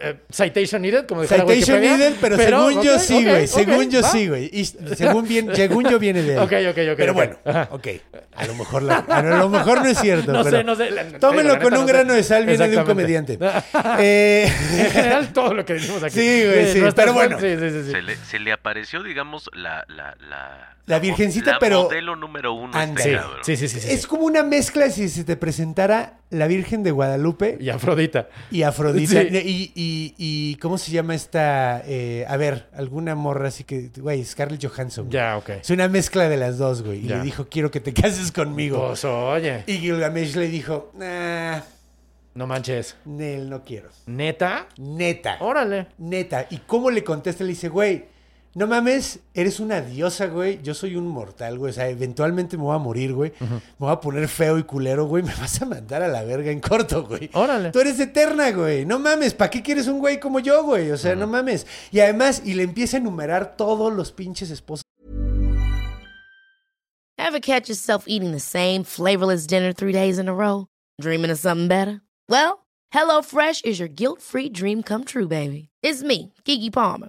D: Eh, citation needed, como dijera
C: Citation
D: Wikipedia,
C: Needle, pero, según
D: ok,
C: yo sí,
D: ok,
C: güey.
D: ok,
C: según yo
D: va.
C: sí, güey. Y según, bien, según yo viene de él.
D: Ok, ok, ok.
C: Pero
D: ok.
C: bueno,
D: Ajá.
C: ok. A lo mejor, la- a lo mejor no es cierto.
D: (laughs) No
C: pero
D: sé, no sé. la- la-
C: Tómenlo
D: la neta
C: con
D: no
C: un
D: sé.
C: grano de sal, viene de un
D: Exactamente. Ah,
C: comediante.
D: (laughs)
C: Eh,
D: En general, todo lo que decimos aquí. Eh,
C: Sí, güey, sí,
D: nuestras
C: pero
D: fuentes-
C: bueno.
D: Sí, sí, sí, sí.
E: Se le, se le apareció, digamos, la... La, la,
C: La virgencita, pero-
E: modelo número uno a este
C: Sí,
E: cabrón.
D: Sí, sí, sí, sí, sí.
C: es como una mezcla si se te presentara la Virgen de Guadalupe
D: Y Afrodita.
C: y Afrodita.
D: Sí.
C: Y, y- y- ¿cómo se llama esta? Eh, a ver, alguna morra así que, güey, Scarlett Johansson. güey.
D: Ya, ok.
C: Es una mezcla de las dos, güey. Y
D: Ya.
C: le dijo, quiero que te cases conmigo.
D: Pues, oye,
C: Y Gilgamesh le dijo, nah,
D: no manches.
C: Nel, no quiero.
D: ¿Neta?
C: Neta.
D: Órale.
C: Neta. ¿Y cómo le contesta? Le dice, güey, no mames, eres una diosa, güey. Yo soy un mortal, güey. O sea, eventualmente me voy a morir, güey. Me voy a poner feo y culero, güey. (laughs) Me vas a mandar a la verga en corto, güey.
D: Órale.
C: Tú eres eterna, güey. No mames, ¿para qué quieres un güey como yo, güey? O sea, no mames. Y además, y le empieza a enumerar todos los pinches esposos
F: Ever catch yourself eating the same flavorless dinner three days in a row? Dreaming of something better? Well, HelloFresh is your guilt free dream come true, baby. It's me, Kiki Palmer.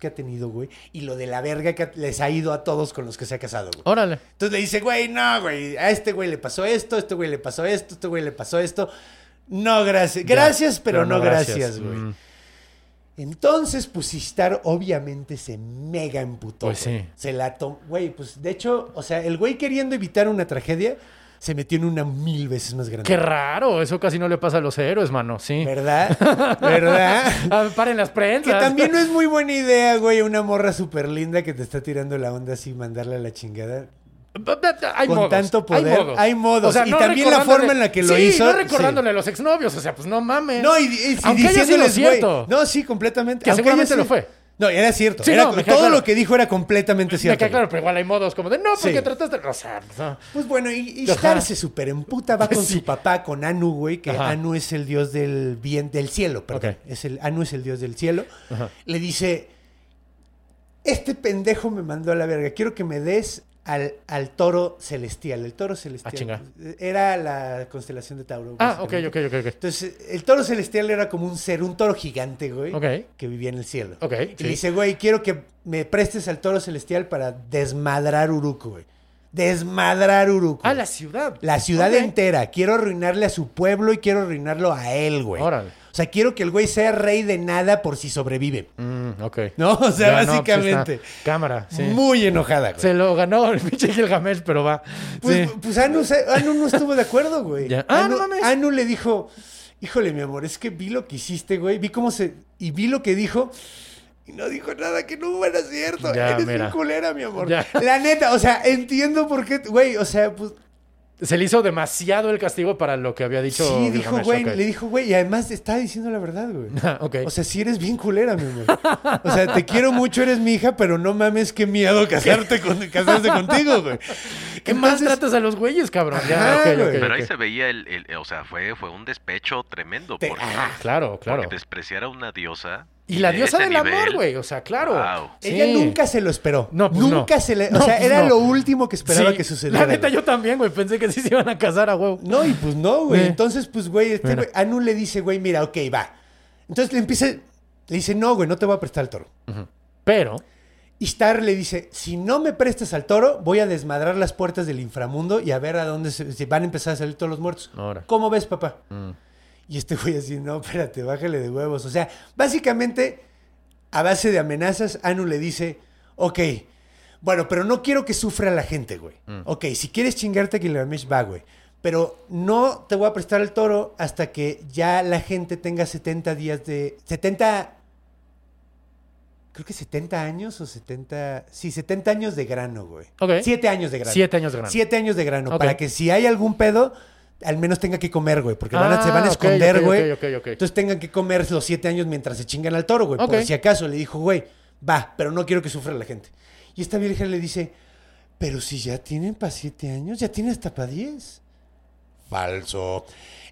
C: que ha tenido, güey. Y lo de la verga que ha- les ha ido a todos con los que se ha casado, güey.
D: Órale.
C: Entonces le dice, güey, no, güey, a este güey le pasó esto, a este güey le pasó esto, a este güey le pasó esto. No, gracias. Gracias, pero, no, gracias, güey.
D: Mm.
C: Entonces, pues Ishtar obviamente se mega emputó.
D: Pues
C: güey.
D: sí.
C: Se la tomó. Güey, pues de hecho, o sea, el güey queriendo evitar una tragedia, se metió en una mil veces más grande.
D: Qué raro. Eso casi no le pasa a los héroes, mano. Sí. (laughs)
C: ¿Verdad? ¿Verdad?
D: Ah, paren las
C: Que
D: prensas.
C: también
D: (laughs)
C: no es muy buena idea, güey, una morra súper linda que te está tirando la onda así, mandarla a la chingada.
D: Hay
C: Con
D: modos,
C: tanto poder,
D: Hay modos.
C: hay modos. Y también la
D: recordándole-
C: forma en la que lo
D: Sí,
C: hizo,
D: No
C: sí.
D: recordándole a los exnovios. O sea, pues no mames.
C: No, y, y- y
D: Aunque haya sido
C: diciéndoles, güey.
D: cierto.
C: No, sí, completamente.
D: Que
C: Aunque
D: seguramente
C: haya
D: lo
C: sido-
D: fue.
C: No, era cierto.
D: Sí,
C: Era-
D: no, me
C: todo
D: queda claro.
C: lo que dijo era completamente
D: Me
C: cierto.
D: queda claro, pero igual hay modos como de no, porque
C: Sí.
D: trataste. O sea, no.
C: Pues bueno, y
D: Ajá.
C: Ishtar se superemputa, va con
D: Sí.
C: su papá, con Anu, güey, que
D: Ajá.
C: Anu es el dios del bien, del cielo, perdón.
D: Ok.
C: Es el, Anu es el dios del cielo. Le dice, este pendejo me mandó a la verga, quiero que me des al, al toro celestial. El toro celestial
D: Ah, chinga.
C: era la constelación de Tauro.
D: Ah, ok,
C: básicamente.
D: ok, ok, ok.
C: Entonces, el toro celestial era como un ser, un toro gigante, güey,
D: Ok.
C: que vivía en el cielo.
D: Ok,
C: Y
D: sí.
C: le dice, güey, quiero que me prestes al toro celestial para desmadrar Uruku, güey. Desmadrar Uruku.
D: Ah, la ciudad.
C: La ciudad
D: Ok.
C: entera. Quiero arruinarle a su pueblo y quiero arruinarlo a él, güey.
D: Órale.
C: O sea, quiero que el güey sea rey de nada por si sobrevive.
D: Mm, ok.
C: ¿No? (laughs) O sea,
D: Ya, no, pues,
C: básicamente.
D: está. Cámara, sí.
C: Muy enojada, güey.
D: Se lo ganó el (laughs) pinche Gilgamesh, pero va.
C: Pues,
D: sí.
C: pues Anu, se- Anu no estuvo de acuerdo, güey.
D: Ya. Ah,
C: Anu,
D: no mames.
C: Anu le dijo, híjole, mi amor, es que vi lo que hiciste, güey. Vi cómo se... Y vi lo que dijo... Y no dijo nada que no era cierto.
D: Ya,
C: Eres
D: mira.
C: mi culera, mi amor.
D: Ya.
C: La neta, o sea, entiendo por qué, güey. O sea, pues
D: Se le hizo demasiado el castigo para lo que había dicho.
C: sí, dijo,
D: Gilgamesh,
C: güey.
D: ok.
C: Le dijo, güey. Y además estaba diciendo la verdad, güey.
D: (laughs) Ah, ok.
C: O sea, sí eres bien culera, mi amor. O sea, te quiero mucho, eres mi hija, pero no mames, qué miedo casarte con, casarse contigo, güey.
D: ¿Qué más
C: Entonces,
D: tratas a los güeyes, cabrón?
C: Ajá,
D: ok, ok,
C: güey.
D: ok.
E: Pero ahí se veía el, el- o sea, fue, fue un despecho tremendo
C: Te- ah,
E: porque,
C: ajá,
D: Claro,
E: porque
D: ah, claro.
E: despreciar a una diosa.
D: Y la
E: de
D: diosa
E: ese
D: del amor,
E: nivel,
D: güey. O sea, claro.
E: Wow.
D: Sí.
C: Ella nunca se lo esperó.
D: No, pues
C: nunca
D: no.
C: se le. O
D: No,
C: sea,
D: pues
C: era
D: no.
C: lo último que esperaba
D: Sí.
C: que sucediera.
D: La neta,
C: güey.
D: yo también, güey. Pensé que sí se iban a casar a huevo.
C: No, y pues no, güey.
D: Eh.
C: Entonces, pues, güey, este
D: Mira.
C: güey. Anu le dice, güey, mira, ok, va. Entonces le empieza. Le dice, no, güey, no te voy a prestar el toro.
D: Pero.
C: Ishtar le dice, si no me prestas al toro, voy a desmadrar las puertas del inframundo y a ver a dónde se, se van a empezar a salir todos los muertos.
D: Ahora. Mm.
C: ¿Cómo ves, papá? Y este güey así, no, espérate, bájale de huevos. O sea, básicamente, a base de amenazas, Anu le dice, ok, bueno, pero no quiero que sufra la gente, güey. Ok, si quieres chingarte a Gilgamesh, va, güey. Pero no te voy a prestar el toro hasta que ya la gente tenga 70 días de... 70 creo que 70 años o 70, sí, 70 años de grano, güey.
D: Ok.
C: 7 años de grano.
D: Siete años de grano.
C: 7 años de grano,
D: Ok.
C: para que si hay algún pedo, al menos tenga que comer, güey, porque van a-
D: Ah,
C: se van a
D: ok,
C: esconder,
D: ok,
C: güey.
D: ok, ok, ok.
C: Entonces tengan que comer los 7 años mientras se chingan al toro, güey,
D: Ok.
C: por si acaso. Le dijo, güey, va, pero no quiero que sufra la gente. Y esta virgen le dice, pero si ya tienen para siete años, ya tienen hasta para diez. Falso.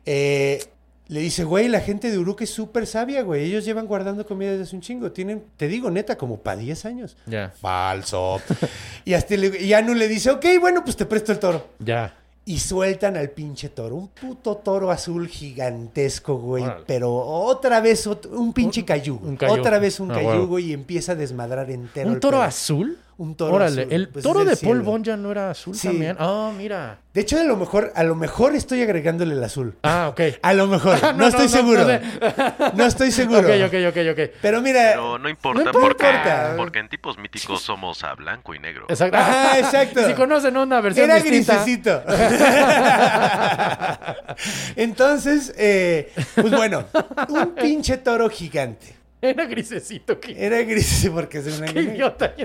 C: Eh, le dice, güey, la gente de Uruque es súper sabia, güey. Ellos llevan guardando comida desde hace un chingo. Tienen, te digo, neta, como para 10 años.
D: Ya.
C: Falso. (laughs) y, hasta le, y Anu le dice, ok, bueno, pues te presto el toro.
D: Ya.
C: Y sueltan al pinche toro. Un puto toro azul gigantesco, güey.
D: Órale.
C: Pero otra vez ot- un pinche cayú.
D: un cayú.
C: Otra vez un
D: Ah,
C: cayú,
D: huevo.
C: güey. Y empieza a desmadrar entero.
D: ¿Un
C: el
D: toro
C: pedo.
D: azul?
C: Un toro
D: Órale,
C: azul,
D: el
C: pues, es
D: toro
C: del
D: de Paul
C: cielo.
D: Bon ya no era azul
C: Sí.
D: también. Ah, mira.
C: De hecho, a lo mejor, a lo mejor estoy agregándole el azul.
D: Ah,
C: (laughs)
D: ok.
C: A lo mejor.
D: (laughs) Ah,
C: no, estoy seguro.
D: sé.
C: No
D: (laughs)
C: estoy seguro.
D: ok, ok, ok, ok.
C: Pero mira. (laughs)
E: Pero no importa,
D: importa.
E: Porque, porque en tipos míticos somos a blanco y negro.
D: Exacto.
C: Ajá, ah, exacto.
D: (laughs) Si conocen una versión
C: Era
D: distinta.
C: grisecito. Entonces, eh, pues bueno, un pinche toro gigante.
D: (laughs) Era grisecito. Qué,
C: Era gris porque es una
D: qué idiota, ya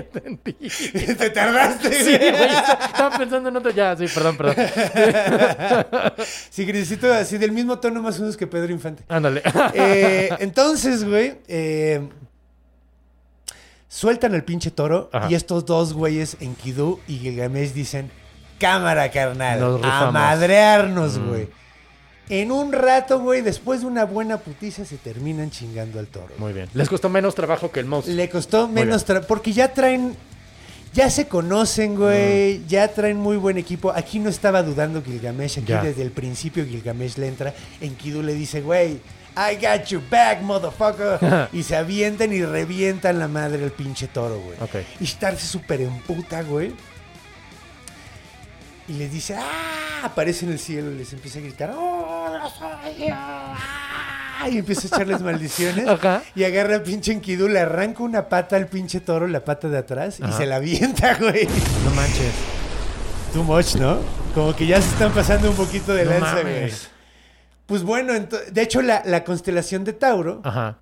C: (laughs)
D: entendí. Sí,
C: Te tardaste.
D: güey,
C: güey.
D: estaba pensando en otro. Ya, sí, perdón, perdón.
C: Sí, grisecito así del mismo tono más unos que Pedro Infante.
D: Ándale. (laughs)
C: Eh, entonces, güey, eh, sueltan el pinche toro
D: Ajá.
C: y estos dos güeyes, Enkidu y Gilgamesh, dicen, cámara carnal,
D: Nos rifamos". Mm.
C: a madrearnos, güey. En un rato, güey, después de una buena putiza, se terminan chingando al toro.
D: Muy bien. Les costó menos trabajo que el mouse.
C: Le costó menos tra- porque ya traen... Ya se conocen, güey.
D: Mm.
C: Ya traen muy buen equipo. Aquí no estaba dudando Gilgamesh. Aquí
D: Ya.
C: desde el principio Gilgamesh le entra. Enkidu le dice, güey, I got you back,
D: (laughs)
C: motherfucker. y se avientan y revientan la madre el pinche toro, güey.
D: Ok.
C: Ishtar se super emputa, güey. Y les dice, ¡ah! Aparece en el cielo y les empieza a gritar, ¡oh, no soy yo! ¡Ah! Y empieza a
D: (laughs)
C: echarles maldiciones.
D: Ajá.
C: Y agarra al pinche Enkidu, le arranca una pata al pinche toro, la pata de atrás, y se la avienta, güey.
D: No manches.
C: Too much, ¿no? Como que ya se están pasando un poquito de
D: No
C: lanza, güey.
D: mames.
C: Pues bueno, ento- de hecho, la, la constelación de Tauro
D: Ajá.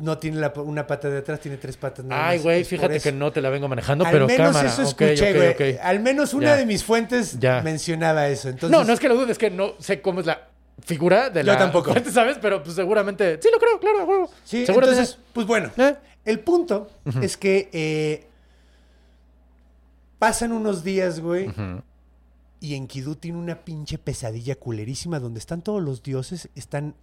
C: no tiene la- una pata de atrás, tiene tres patas. nada
D: Ay,
C: más.
D: güey,
C: Es por
D: fíjate
C: eso.
D: que no te la vengo manejando,
C: Al
D: pero
C: menos
D: cámara.
C: eso
D: Ok,
C: escuché,
D: ok,
C: güey.
D: ok.
C: Al menos una
D: Ya.
C: de mis fuentes
D: Ya.
C: mencionaba eso. Entonces,
D: No, no es que lo dudes, es que no sé cómo es la figura de
C: Yo
D: la.
C: tampoco.
D: ¿Sabes? Pero pues, seguramente. Sí, lo creo, claro, a huevo.
C: Sí,
D: Seguro
C: entonces,
D: tienes-
C: pues bueno.
D: ¿Eh?
C: El punto es que eh, pasan unos días, güey, y Enkidu tiene una pinche pesadilla culerísima donde están todos los dioses, están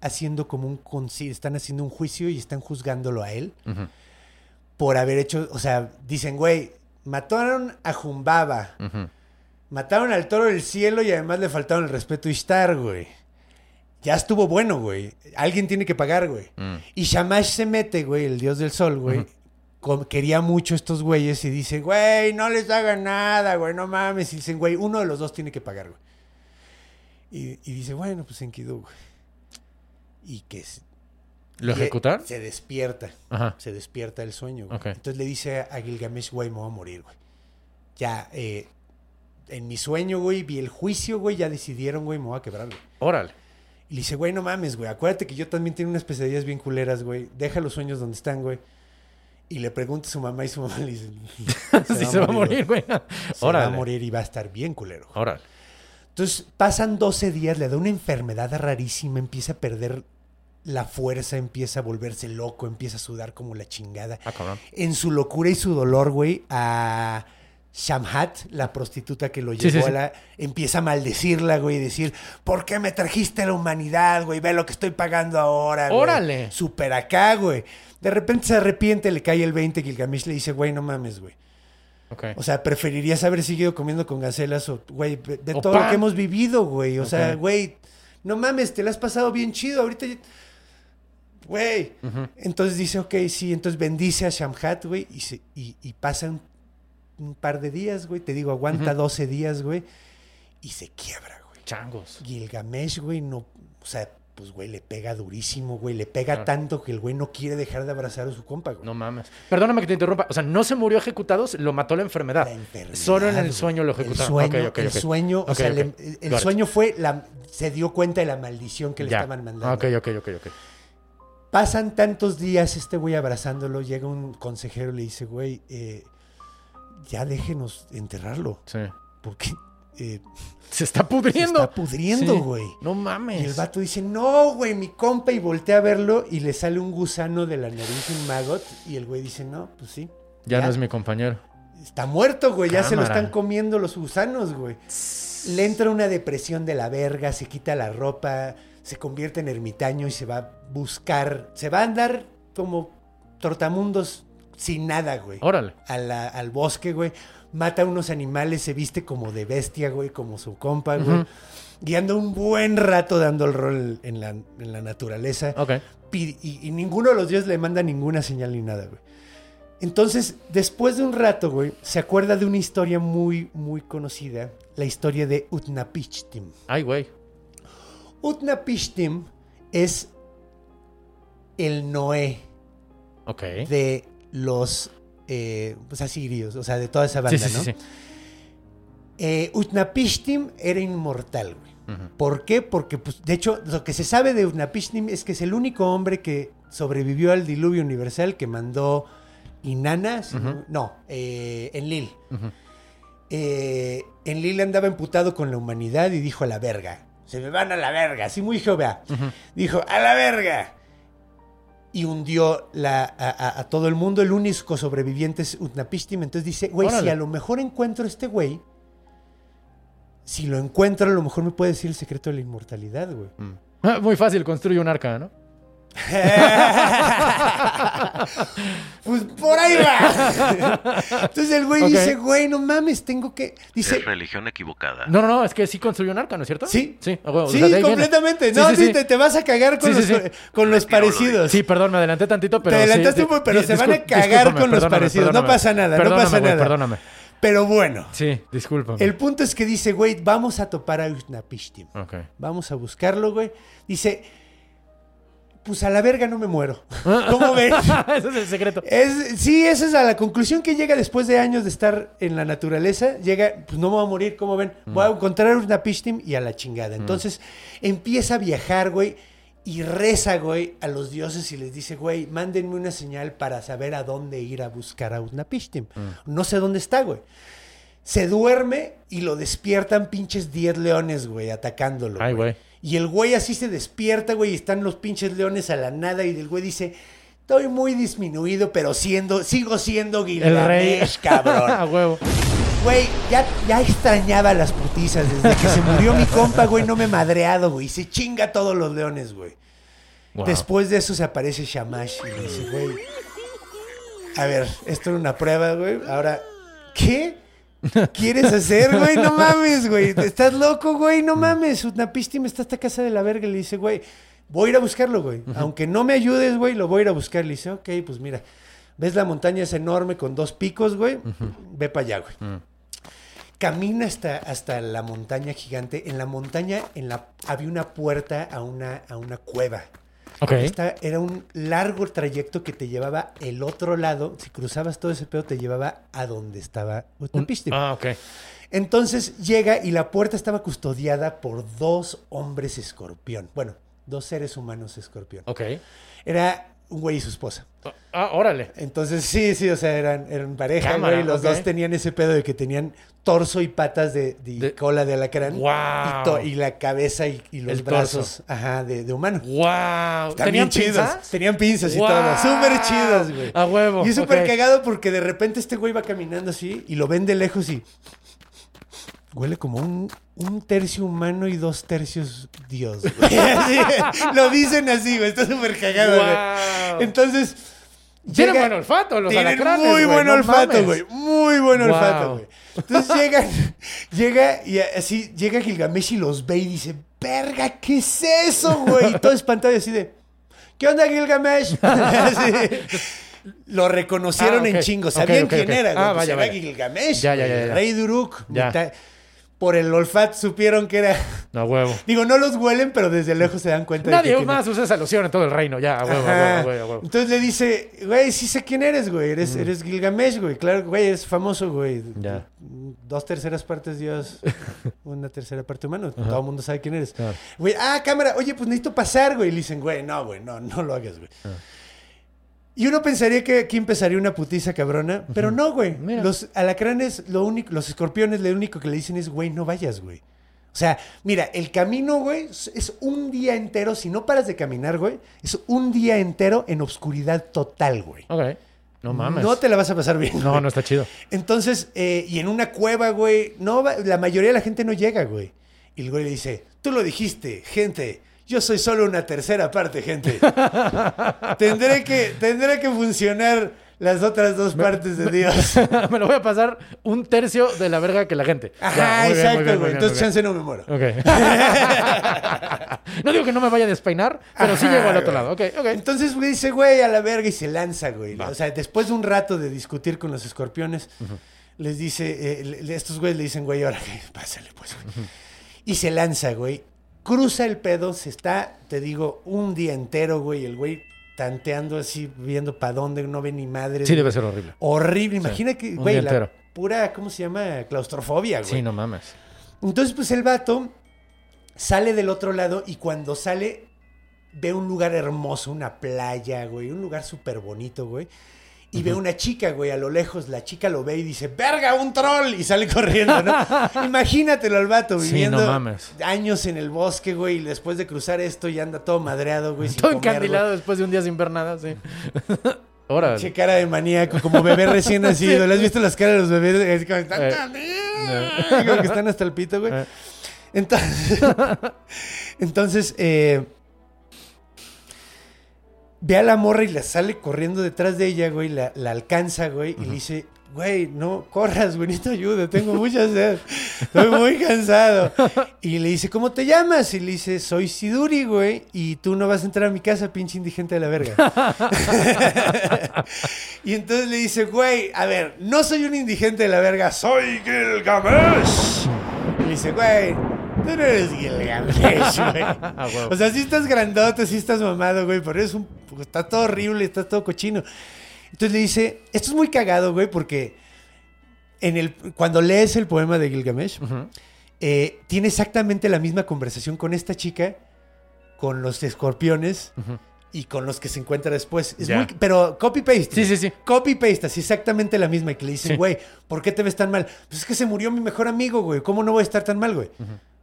C: haciendo como un conci- están haciendo un juicio y están juzgándolo a él por haber hecho, o sea, dicen, güey, mataron a Jumbaba, mataron al toro del cielo y además le faltaron el respeto a Ishtar, güey. Ya estuvo bueno, güey. Alguien tiene que pagar, güey.
D: Mm.
C: Y Shamash se mete, güey, el dios del sol, güey. Com- Quería mucho estos güeyes y dice, güey, no les hagan nada, güey, no mames. Y dicen, güey, uno de los dos tiene que pagar, güey. Y, y dice, bueno, pues Enkidu, güey. Y que s-
D: ¿Lo
C: y, eh,
D: ejecutar?
C: Se despierta
D: Ajá.
C: se despierta el sueño. güey.
D: Ok.
C: Entonces le dice a Gilgamesh, güey, me voy a morir, güey. Ya, eh, en mi sueño, güey, vi el juicio, güey, ya decidieron, güey, me voy a quebrar, güey.
D: Órale.
C: Y le dice, güey, no mames, güey, acuérdate que yo también tengo unas pesadillas bien culeras, güey. Deja los sueños donde están, güey. Y le pregunta a su mamá y su mamá le dice,
D: (laughs) sí, se va a morir, güey.
C: Se
D: Órale.
C: va a morir y va a estar bien culero. güey.
D: Órale.
C: Entonces pasan 12 días, le da una enfermedad rarísima, empieza a perder la fuerza, empieza a volverse loco, empieza a sudar como la chingada.
D: Ah, cabrón.
C: En su locura y su dolor, güey, a Shamhat, la prostituta que lo llevó
D: sí,
C: a
D: sí.
C: la... Empieza a maldecirla, güey, y decir, ¿por qué me trajiste a la humanidad, güey? Ve lo que estoy pagando ahora, güey.
D: Órale.
C: Super acá, güey. De repente se arrepiente, le cae el 20, Gilgamesh le dice, güey, no mames, güey.
D: Ok.
C: O sea, preferirías haber seguido comiendo con gacelas o, güey, de de
D: O
C: todo lo
D: pan.
C: que hemos vivido, güey. O sea,
D: Ok.
C: güey, no mames, te la has pasado bien chido. Ahorita, ya- güey. Entonces dice, ok, sí, entonces bendice a Shamhat, güey, y, se- y, y pasan un par de días, güey. Te digo, aguanta 12 días, güey, y se quiebra, güey.
D: Changos.
C: Gilgamesh, güey, no, o sea, pues, güey, le pega durísimo, güey, le pega tanto que el güey no quiere dejar de abrazar a su compa, güey.
D: No mames. Perdóname que te interrumpa. O sea, no se murió ejecutado, se- lo mató la enfermedad.
C: La enfermedad,
D: Ah, Solo en
C: güey.
D: el sueño lo ejecutaron.
C: El
D: Ok,
C: sueño,
D: ok,
C: el
D: ok.
C: sueño, o
D: Ok,
C: sea,
D: ok.
C: le- el- el
D: Got it.
C: sueño fue, la, se dio cuenta de la maldición que le
D: Ya.
C: estaban mandando.
D: Ah, Ok, ok, ok, ok.
C: Pasan tantos días este güey abrazándolo, llega un consejero y le dice, güey, eh, ya déjenos enterrarlo,
D: Sí.
C: porque eh,
D: Se está pudriendo.
C: Se está pudriendo, güey.
D: No mames.
C: Y el vato dice, no, güey, mi compa. Y voltea a verlo y le sale un gusano de la nariz, un maggot. Y el güey dice, no, pues sí.
D: ya, no es mi compañero.
C: Está muerto, güey. Ya se lo
D: Cámara.
C: están comiendo los gusanos, güey. Le entra una depresión de la verga, se quita la ropa, se convierte en ermitaño y se va a buscar. Se va a andar como trotamundos sin nada, güey.
D: Órale.
C: A la- al bosque, güey. Mata unos animales, se viste como de bestia, güey, como su compa, güey.
D: Ujú.
C: Y anda un buen rato dando el rol en la, en la naturaleza
D: Ok.
C: pi- y, y ninguno de los dioses le manda ninguna señal ni nada, güey. Entonces, después de un rato, güey, se acuerda de una historia muy, muy conocida, la historia de Utnapishtim.
D: Ay, güey.
C: Utnapishtim es el Noé
D: Ok.
C: de los eh, pues, asirios, o sea, de toda esa banda,
D: Sí, sí, sí,
C: ¿no?
D: sí.
C: Eh, Utnapishtim era inmortal, güey.
D: Ujú.
C: ¿Por qué? Porque, pues, de hecho, lo que se sabe de Utnapishtim es que es el único hombre que sobrevivió al diluvio universal que mandó Inanna, si no- no, eh, Enlil.
D: Ujú.
C: Eh, Enlil andaba emputado con la humanidad y dijo a la verga. Se me van a la verga, así muy Jehová. Dijo, a la verga. Y hundió la- a, a- a todo el mundo. El único sobreviviente es Utnapishtim. Entonces dice, güey, si
D: Órale.
C: a lo mejor encuentro a este güey, si lo encuentro, a lo mejor me puede decir el secreto de la inmortalidad, güey.
D: Ah, Muy fácil, construye un arca, ¿no?
C: pues por ahí va. Entonces el güey
D: Ok.
C: dice, güey, no mames, tengo que. Dice,
E: Es religión equivocada.
D: No, no, no, es que sí construyó un arca, ¿no es cierto?
C: Sí.
D: Sí, a huevo, o
C: Sí,
D: sea, de ahí viene.
C: completamente.
D: Sí,
C: No,
D: sí,
C: sí,
D: sí.
C: Te, te vas a cagar con
D: Sí,
C: los,
D: sí, sí.
C: con los
E: Retiro lo
C: parecidos.
D: Sí, perdón, me adelanté tantito, pero.
C: Te
D: sí,
C: adelantaste
D: di-
C: un poco, pero
D: di-
C: se van a
D: discul-
C: cagar
D: discúlpame,
C: con los
D: perdóname,
C: parecidos. No
D: perdóname.
C: pasa nada, no
D: Perdóname,
C: pasa
D: güey,
C: nada.
D: Perdóname.
C: Pero bueno,
D: Sí, discúlpame.
C: el punto es que dice, güey, vamos a topar a Utnapishtim.
D: Ok. (laughs)
C: Vamos a buscarlo, güey. Dice, pues a la verga no me muero.
D: Ah.
C: ¿Cómo ves?
D: Ese es el secreto.
C: Es, sí, esa es a la conclusión que llega después de años de estar en la naturaleza. Llega, pues no me voy a morir, como ven. Voy a encontrar una pishtim y a la chingada. Entonces empieza a viajar, güey, y reza, güey, a los dioses y les dice, güey, mándenme una señal para saber a dónde ir a buscar a una pishtim. No sé dónde está, güey. Se duerme y lo despiertan pinches 10 leones, güey, atacándolo.
D: Ay, güey.
C: Y el güey así se despierta, güey, y están los pinches leones a la nada. Y el güey dice: Estoy muy disminuido, pero siendo, sigo siendo
D: El rey.
C: Gilgamesh, cabrón.
D: (laughs) A huevo.
C: Güey, ya, ya extrañaba las putizas. Desde que se murió mi compa, güey, no me he madreado, güey. y Se chinga a todos los leones, güey.
D: Wow.
C: Después de eso se aparece Shamash y le dice, güey. A ver, esto era una prueba, güey. Ahora, ¿qué? ¿Quieres hacer, güey? No mames, güey. ¿Estás loco, güey? No mames. Utnapishtim está hasta casa de la verga. Y le dice, güey, voy a ir a buscarlo, güey. Aunque no me ayudes, güey, lo voy a ir a buscar. Le dice, ok, pues mira. ¿Ves la montaña es enorme con dos picos, güey? Ve para allá, güey camina hasta, hasta la montaña gigante. En la montaña en la, había una puerta a una, a una cueva.
D: Ok.
C: Esta- era un largo trayecto que te llevaba el otro lado. Si cruzabas todo ese pedo, te llevaba a donde estaba Utnapishtim.
D: Ah, ok.
C: Entonces llega y la puerta estaba custodiada por dos hombres escorpión. Bueno, dos seres humanos escorpión.
D: Ok.
C: Era un güey y su esposa.
D: Ah, órale.
C: Entonces, sí, sí, o sea, eran, eran pareja,
D: Cámara,
C: güey. Los
D: ok.
C: dos tenían ese pedo de que tenían torso y patas de, de
D: De-
C: cola de alacrán.
D: ¡Guau!
C: Y, to- y la cabeza y, y los
D: El torso.
C: brazos ajá, de, de humano.
D: Wow.
C: Están bien chidos. Tenían pinzas y
D: ¡Guau!
C: todo. Súper chidos, güey.
D: A huevo,
C: Y es súper
D: ok.
C: cagado porque de repente este güey va caminando así y lo ven de lejos y. Huele como un, un tercio humano y dos tercios Dios. güey. (laughs) Así, lo dicen así, güey. Está súper cagado, güey.
D: ¡Guau!
C: Entonces.
D: Tienen
C: llega-
D: buen olfato los
C: tienen
D: alacranes,
C: muy
D: güey,
C: buen
D: no
C: olfato,
D: mames.
C: güey. Muy buen
D: Wow.
C: olfato, güey. Entonces llegan, llega y así, llega Gilgamesh y los ve y dice, verga, ¿qué es eso, güey? Y todo espantado y así de, ¿qué onda
D: (laughs)
C: Gilgamesh? Así. Lo reconocieron
D: Ah, ok.
C: en chingo,
D: Ok,
C: sabían
D: ok,
C: quién
D: ok.
C: era, güey.
D: Ah,
C: Pues
D: vaya,
C: era
D: vaya.
C: Gilgamesh,
D: Ya, ya,
C: güey,
D: ya,
C: el
D: ya.
C: rey Duruk.
D: Ya.
C: mitad- Por el olfato supieron que era... (laughs)
D: A huevo.
C: Digo, no los huelen, pero desde lejos se dan cuenta de
D: Nadie
C: que- (laughs)
D: más usa esa loción en todo el reino. Ya, a huevo, a huevo,
C: Ajá.
D: a huevo, a huevo.
C: Entonces le dice, güey, sí sé quién eres, güey. Eres, eres Gilgamesh, güey. Claro, güey, eres famoso, güey.
D: Ya.
C: Dos terceras partes
D: (laughs)
C: Dios, una tercera parte humano. Todo el mundo sabe quién eres. Güey, ah, cámara, oye, pues necesito pasar, güey. Y le dicen, güey, no, güey, no, no lo hagas, güey. Y uno pensaría que aquí empezaría una putiza cabrona, pero no, güey.
D: Mira.
C: Los alacranes, lo único, los escorpiones, lo único que le dicen es, güey, no vayas, güey. O sea, mira, el camino, güey, es- es un día entero. Si no paras de caminar, güey, es un día entero en obscuridad total, güey.
D: Ok. No mames.
C: Mm, No te la vas a pasar bien.
D: No,
C: güey.
D: no está chido.
C: Entonces, eh, y en una cueva, güey, no, va- la mayoría de la gente no llega, güey. Y el güey le dice, tú lo dijiste, gente, yo soy solo una tercera parte,
D: (laughs)
C: gente. tendré, que, tendré que funcionar las otras dos partes de
D: (laughs)
C: Dios.
D: me lo voy a pasar un tercio de la verga que la gente. Ya,
C: Ajá,
D: muy bien, muy
C: exacto,
D: bien, muy
C: güey.
D: bien,
C: Entonces,
D: muy
C: chance no me muero.
D: bien. Ok. (laughs) no digo que no me vaya a despeinar, pero sí
C: Ajá,
D: llego al otro
C: güey.
D: lado. Ok, ok.
C: Entonces, güey, dice, güey, a la verga y se lanza, güey. O sea, después de un rato de discutir con los escorpiones, les dice, eh, le- estos güeyes le dicen, güey, ahora, güey, pásale, pues, güey. Y se lanza, güey. Cruza el pedo, se está, te digo, un día entero, güey, el güey tanteando así, viendo para dónde, no ve ni madre.
D: Sí, debe ser horrible.
C: Horrible, imagina que,
D: un
C: güey,
D: día
C: la
D: entero.
C: pura, ¿cómo se llama? Claustrofobia, güey.
D: Sí, no mames.
C: Entonces, pues el vato sale del otro lado y cuando sale ve un lugar hermoso, una playa, güey, un lugar súper bonito, güey. Y ve una chica, güey, a lo lejos. La chica lo ve y dice, ¡verga, un troll! Y sale (laughs) corriendo, ¿no? Imagínatelo al vato
D: Sí,
C: viviendo
D: no mames.
C: años en el bosque, güey, y después de cruzar esto ya anda todo madreado,
D: (laughs)
C: güey. sin
D: (laughs) Todo
C: comer, güey.
D: encandilado después de un día sin ver nada, sí. (laughs) Ahora.
C: Che cara de maníaco, como bebé
D: (laughs)
C: recién nacido. ¿Le has visto las caras de los bebés? Es como, están
D: Eh,
C: tan (laughs) bien. Como que están hasta el pito, güey.
D: Eh.
C: Entonces, (laughs) entonces eh, ve a la morra y la sale corriendo detrás de ella, güey. La, la alcanza, güey, y le dice... Güey, no corras, güey, necesito ayuda, tengo mucha sed, estoy muy cansado. Y le dice, ¿cómo te llamas? Y le dice, soy Siduri, güey, y tú no vas a entrar a mi casa, pinche indigente de la verga. Y entonces le dice, güey, a ver, no soy un indigente de la verga, soy Gilgamesh. Y le dice, güey, tú no eres Gilgamesh,
D: (laughs)
C: güey.
D: Ah, huevo.
C: O sea, sí estás grandote, sí estás mamado, güey, pero eres un... Está todo horrible, está todo cochino. Entonces le dice, esto es muy cagado, güey, porque en el, cuando lees el poema de Gilgamesh, eh, tiene exactamente la misma conversación con esta chica, con los escorpiones y con los que se encuentra después. Es
D: Ya.
C: muy- pero copy-paste.
D: Sí, sí, sí.
C: Copy-paste, así exactamente la misma. Y que le
D: Sí.
C: dicen, güey, ¿por qué te ves tan mal? Pues es que se murió mi mejor amigo, güey. ¿Cómo no voy a estar tan mal, güey?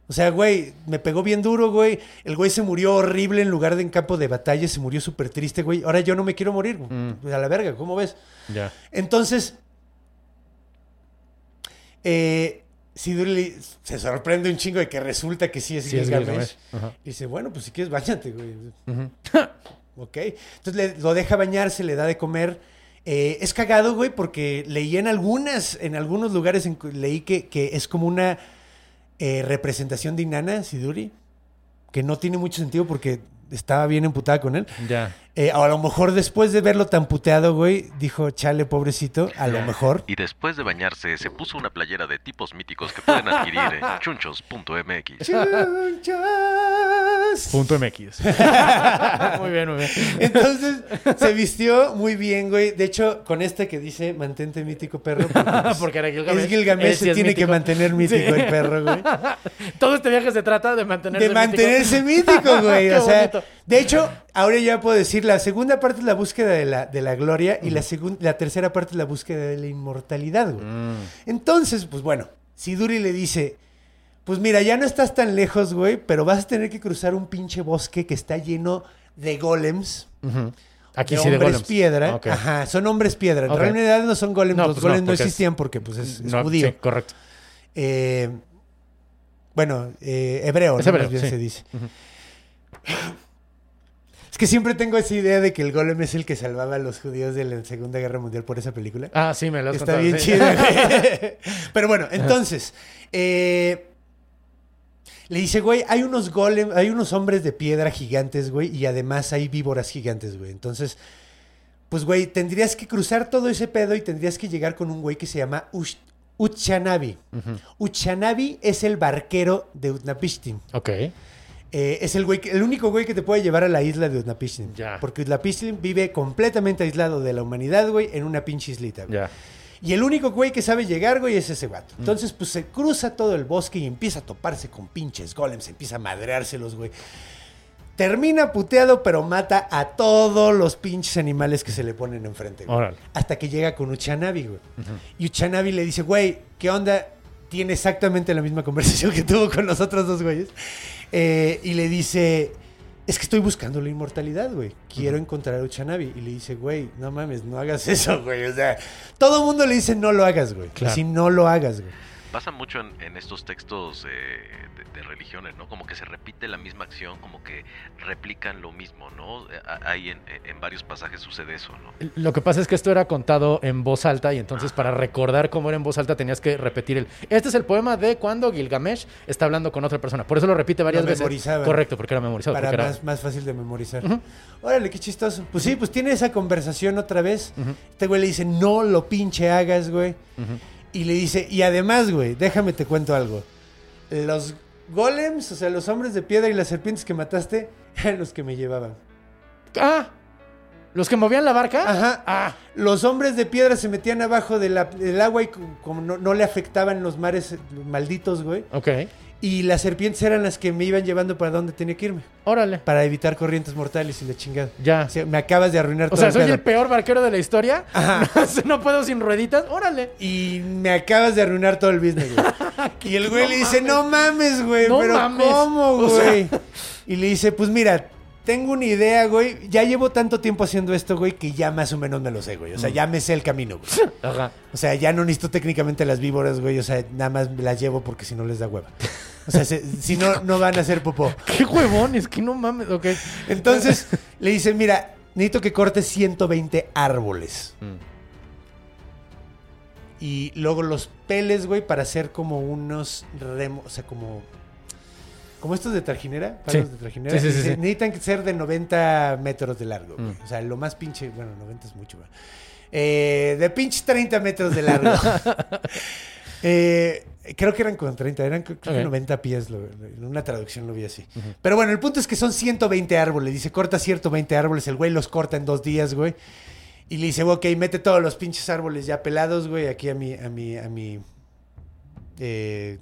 C: O sea, güey, me pegó bien duro, güey. El güey se murió horrible en lugar de en campo de batalla. Se murió súper triste, güey. Ahora yo no me quiero morir.
D: Mm.
C: pues, A la verga, ¿cómo ves?
D: Ya.
C: Entonces, eh, Siduri le- se sorprende un chingo de que resulta que sí es
D: Sí, es
C: Gilgamesh.
D: Gilgamesh. Ajá.
C: Y dice, bueno, pues si quieres, (laughs) bañate, güey. ok. Entonces le- lo deja bañarse, le da de comer. Eh, es cagado, güey, porque leí en algunas, en algunos lugares en- leí que, que es como una eh, representación de Inanna, Siduri, que no tiene mucho sentido porque estaba bien emputada con él.
D: Ya.
C: Eh, a lo mejor después de verlo tan puteado, güey, dijo, chale, pobrecito, a lo
E: (laughs)
C: mejor.
E: Y después de bañarse, se puso una playera de tipos míticos que pueden
D: (laughs)
E: adquirir en chunchos.mx.
C: Chunchas.
D: Punto MX. (laughs) muy bien, muy bien.
C: Entonces, se vistió muy bien, güey. De hecho, con esta que dice, mantente mítico, perro.
D: (laughs)
C: Porque, pues,
D: Porque era Gilgamesh.
C: Es Gilgamesh,
D: Él sí
C: se
D: es
C: tiene
D: mítico.
C: que mantener mítico
D: Sí.
C: el perro,
D: (laughs)
C: güey.
D: Todo este viaje se trata de mantenerse
C: De mantenerse
D: (laughs)
C: mítico, güey.
D: Qué
C: o sea,
D: bonito.
C: de hecho, ahora ya puedo decir, la segunda parte es la búsqueda de la, de la gloria y la, segun- la tercera parte es la búsqueda de la inmortalidad, güey. Entonces, pues bueno, Siduri le dice, pues mira, ya no estás tan lejos, güey, pero vas a tener que cruzar un pinche bosque que está lleno de golems.
D: Aquí
C: de
D: sí de
C: hombres
D: golems.
C: piedra.
D: Ok.
C: Ajá, son hombres piedra.
D: Ok.
C: En realidad no son golems.
D: No,
C: Los
D: pues no,
C: golems no,
D: porque es-
C: existían porque pues es, es
D: No,
C: judío.
D: sí, correcto.
C: Eh, bueno, eh, hebreo,
D: Es
C: ¿no?
D: hebreo,
C: Más bien
D: sí.
C: se dice. Es que siempre tengo esa idea de que el golem es el que salvaba a los judíos de la Segunda Guerra Mundial por esa película.
D: Ah, sí, me lo has
C: Está
D: contado,
C: bien
D: sí.
C: chido. güey. Pero bueno, entonces, eh, le dice, güey, hay unos golem, hay unos hombres de piedra gigantes, güey, y además hay víboras gigantes, güey. Entonces, pues, güey, tendrías que cruzar todo ese pedo y tendrías que llegar con un güey que se llama Ush- Uchanabi. Uchanabi es el barquero de Utnapishtim.
D: (laughs) Ok.
C: Eh, es el, güey que- el único güey que te puede llevar a la isla de Utnapishtim.
D: Ya.
C: Porque Utnapishtim vive completamente aislado de la humanidad, güey, en una pinche islita. güey.
D: Ya.
C: Y el único güey que sabe llegar, güey, es ese vato. Entonces, pues se cruza todo el bosque y empieza a toparse con pinches golems, empieza a madreárselos, güey. Termina puteado, pero mata a todos los pinches animales que se le ponen enfrente. güey.
D: Órale.
C: Hasta que llega con Uchanabi, güey. Y Uchanabi le dice, güey, ¿qué onda? Tiene exactamente la misma conversación que tuvo con los otros dos güeyes. Eh, y le dice, es que estoy buscando la inmortalidad, güey. Quiero encontrar a Uchanabi. Y le dice, güey, no mames, no hagas (laughs) eso, güey. O sea, todo el mundo le dice, no lo hagas, güey.
D: Claro.
C: Así no lo hagas, güey.
E: Pasa mucho en, en estos textos eh, de, de religiones, ¿no? Como que se repite la misma acción, como que replican lo mismo, ¿no? Eh, a- Ahí en, en varios pasajes sucede eso, ¿no?
D: Lo que pasa es que esto era contado en voz alta y entonces para recordar cómo era en voz alta tenías que repetir el... Este es el poema de cuando Gilgamesh está hablando con otra persona. Por eso lo repite varias veces.
C: memorizaban.
D: Correcto, porque era memorizado.
C: Para
D: porque era-
C: más, más fácil de memorizar. Órale, qué chistoso. Pues sí, pues tiene esa conversación otra vez. Este güey le dice, no lo pinche hagas, güey. Y le dice, y además, güey, déjame te cuento algo. Los golems, o sea, los hombres de piedra y las serpientes que mataste, (laughs) eran los que me llevaban.
D: Ah, los que movían la barca.
C: Ajá.
D: Ah,
C: Los hombres de piedra se metían abajo de la- del agua y co- como no, no le afectaban los mares malditos, güey.
D: ok.
C: Y las serpientes eran las que me iban llevando para donde tenía que irme.
D: Órale.
C: Para evitar corrientes mortales y la chingada.
D: Ya.
C: O sea, me acabas de arruinar
D: O
C: todo
D: sea,
C: el
D: soy
C: pedo.
D: el peor barquero de la historia. (laughs) no puedo sin rueditas. Órale.
C: Y me acabas de arruinar todo el business,
D: (laughs)
C: güey. y el güey le dice, no mames, güey,
D: No
C: pero
D: mames.
C: ¿cómo,
D: O sea-
C: güey? Y le dice, pues mira, tengo una idea, güey. Ya llevo tanto tiempo haciendo esto, güey, que ya más o menos me lo sé, güey. O sea,
D: Mm.
C: ya me sé el camino, güey.
D: Ajá.
C: O sea, ya no necesito técnicamente las víboras, güey. O sea, nada más las llevo porque si no les da hueva. O sea, se- si no, no van a hacer popó.
D: Qué huevones, que no mames. Ok.
C: Entonces le dice, mira, necesito que cortes 120 árboles. Y luego los peles, güey, para hacer como unos remos, o sea, como... Como estos de trajinera, palos
D: Sí.
C: de trajinera.
D: Sí, Mm. sí, sí,
C: Dice,
D: sí.
C: Necesitan que ser de 90 metros de largo. güey. O sea, lo más pinche, bueno, 90 es mucho, güey. Eh, de pinche 30 metros de largo.
D: (laughs)
C: Eh, creo que eran con 30, eran creo que
D: Ok.
C: 90 pies. lo- lo- en una traducción lo vi así. Pero bueno, el punto es que son 120 árboles. Dice, corta 120 árboles. El güey los corta en dos días, güey. Y le dice, ok, mete todos los pinches árboles ya pelados, güey, aquí a mi, a mi, a mi eh,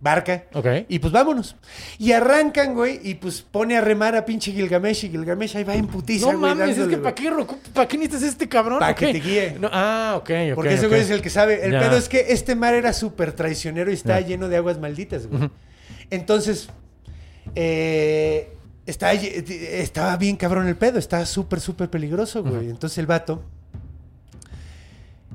C: barca.
D: Ok.
C: Y pues vámonos. Y arrancan, güey, y pues pone a remar a pinche Gilgamesh. Y Gilgamesh ahí va en putiza,
D: No
C: güey,
D: mames,
C: dándole,
D: es que
C: güey.
D: ¿para qué, recu- pa' qué necesitas este cabrón?
C: Pa'
D: Ok.
C: que te guíe.
D: No, ah, ok, ok.
C: Porque ese güey
D: ok.
C: es el que sabe. El
D: Ya.
C: pedo es que este mar era súper traicionero y está
D: Ya.
C: lleno de aguas malditas, güey. Entonces, eh, está lle- estaba bien cabrón el pedo. Estaba súper, súper peligroso, güey. Entonces el vato...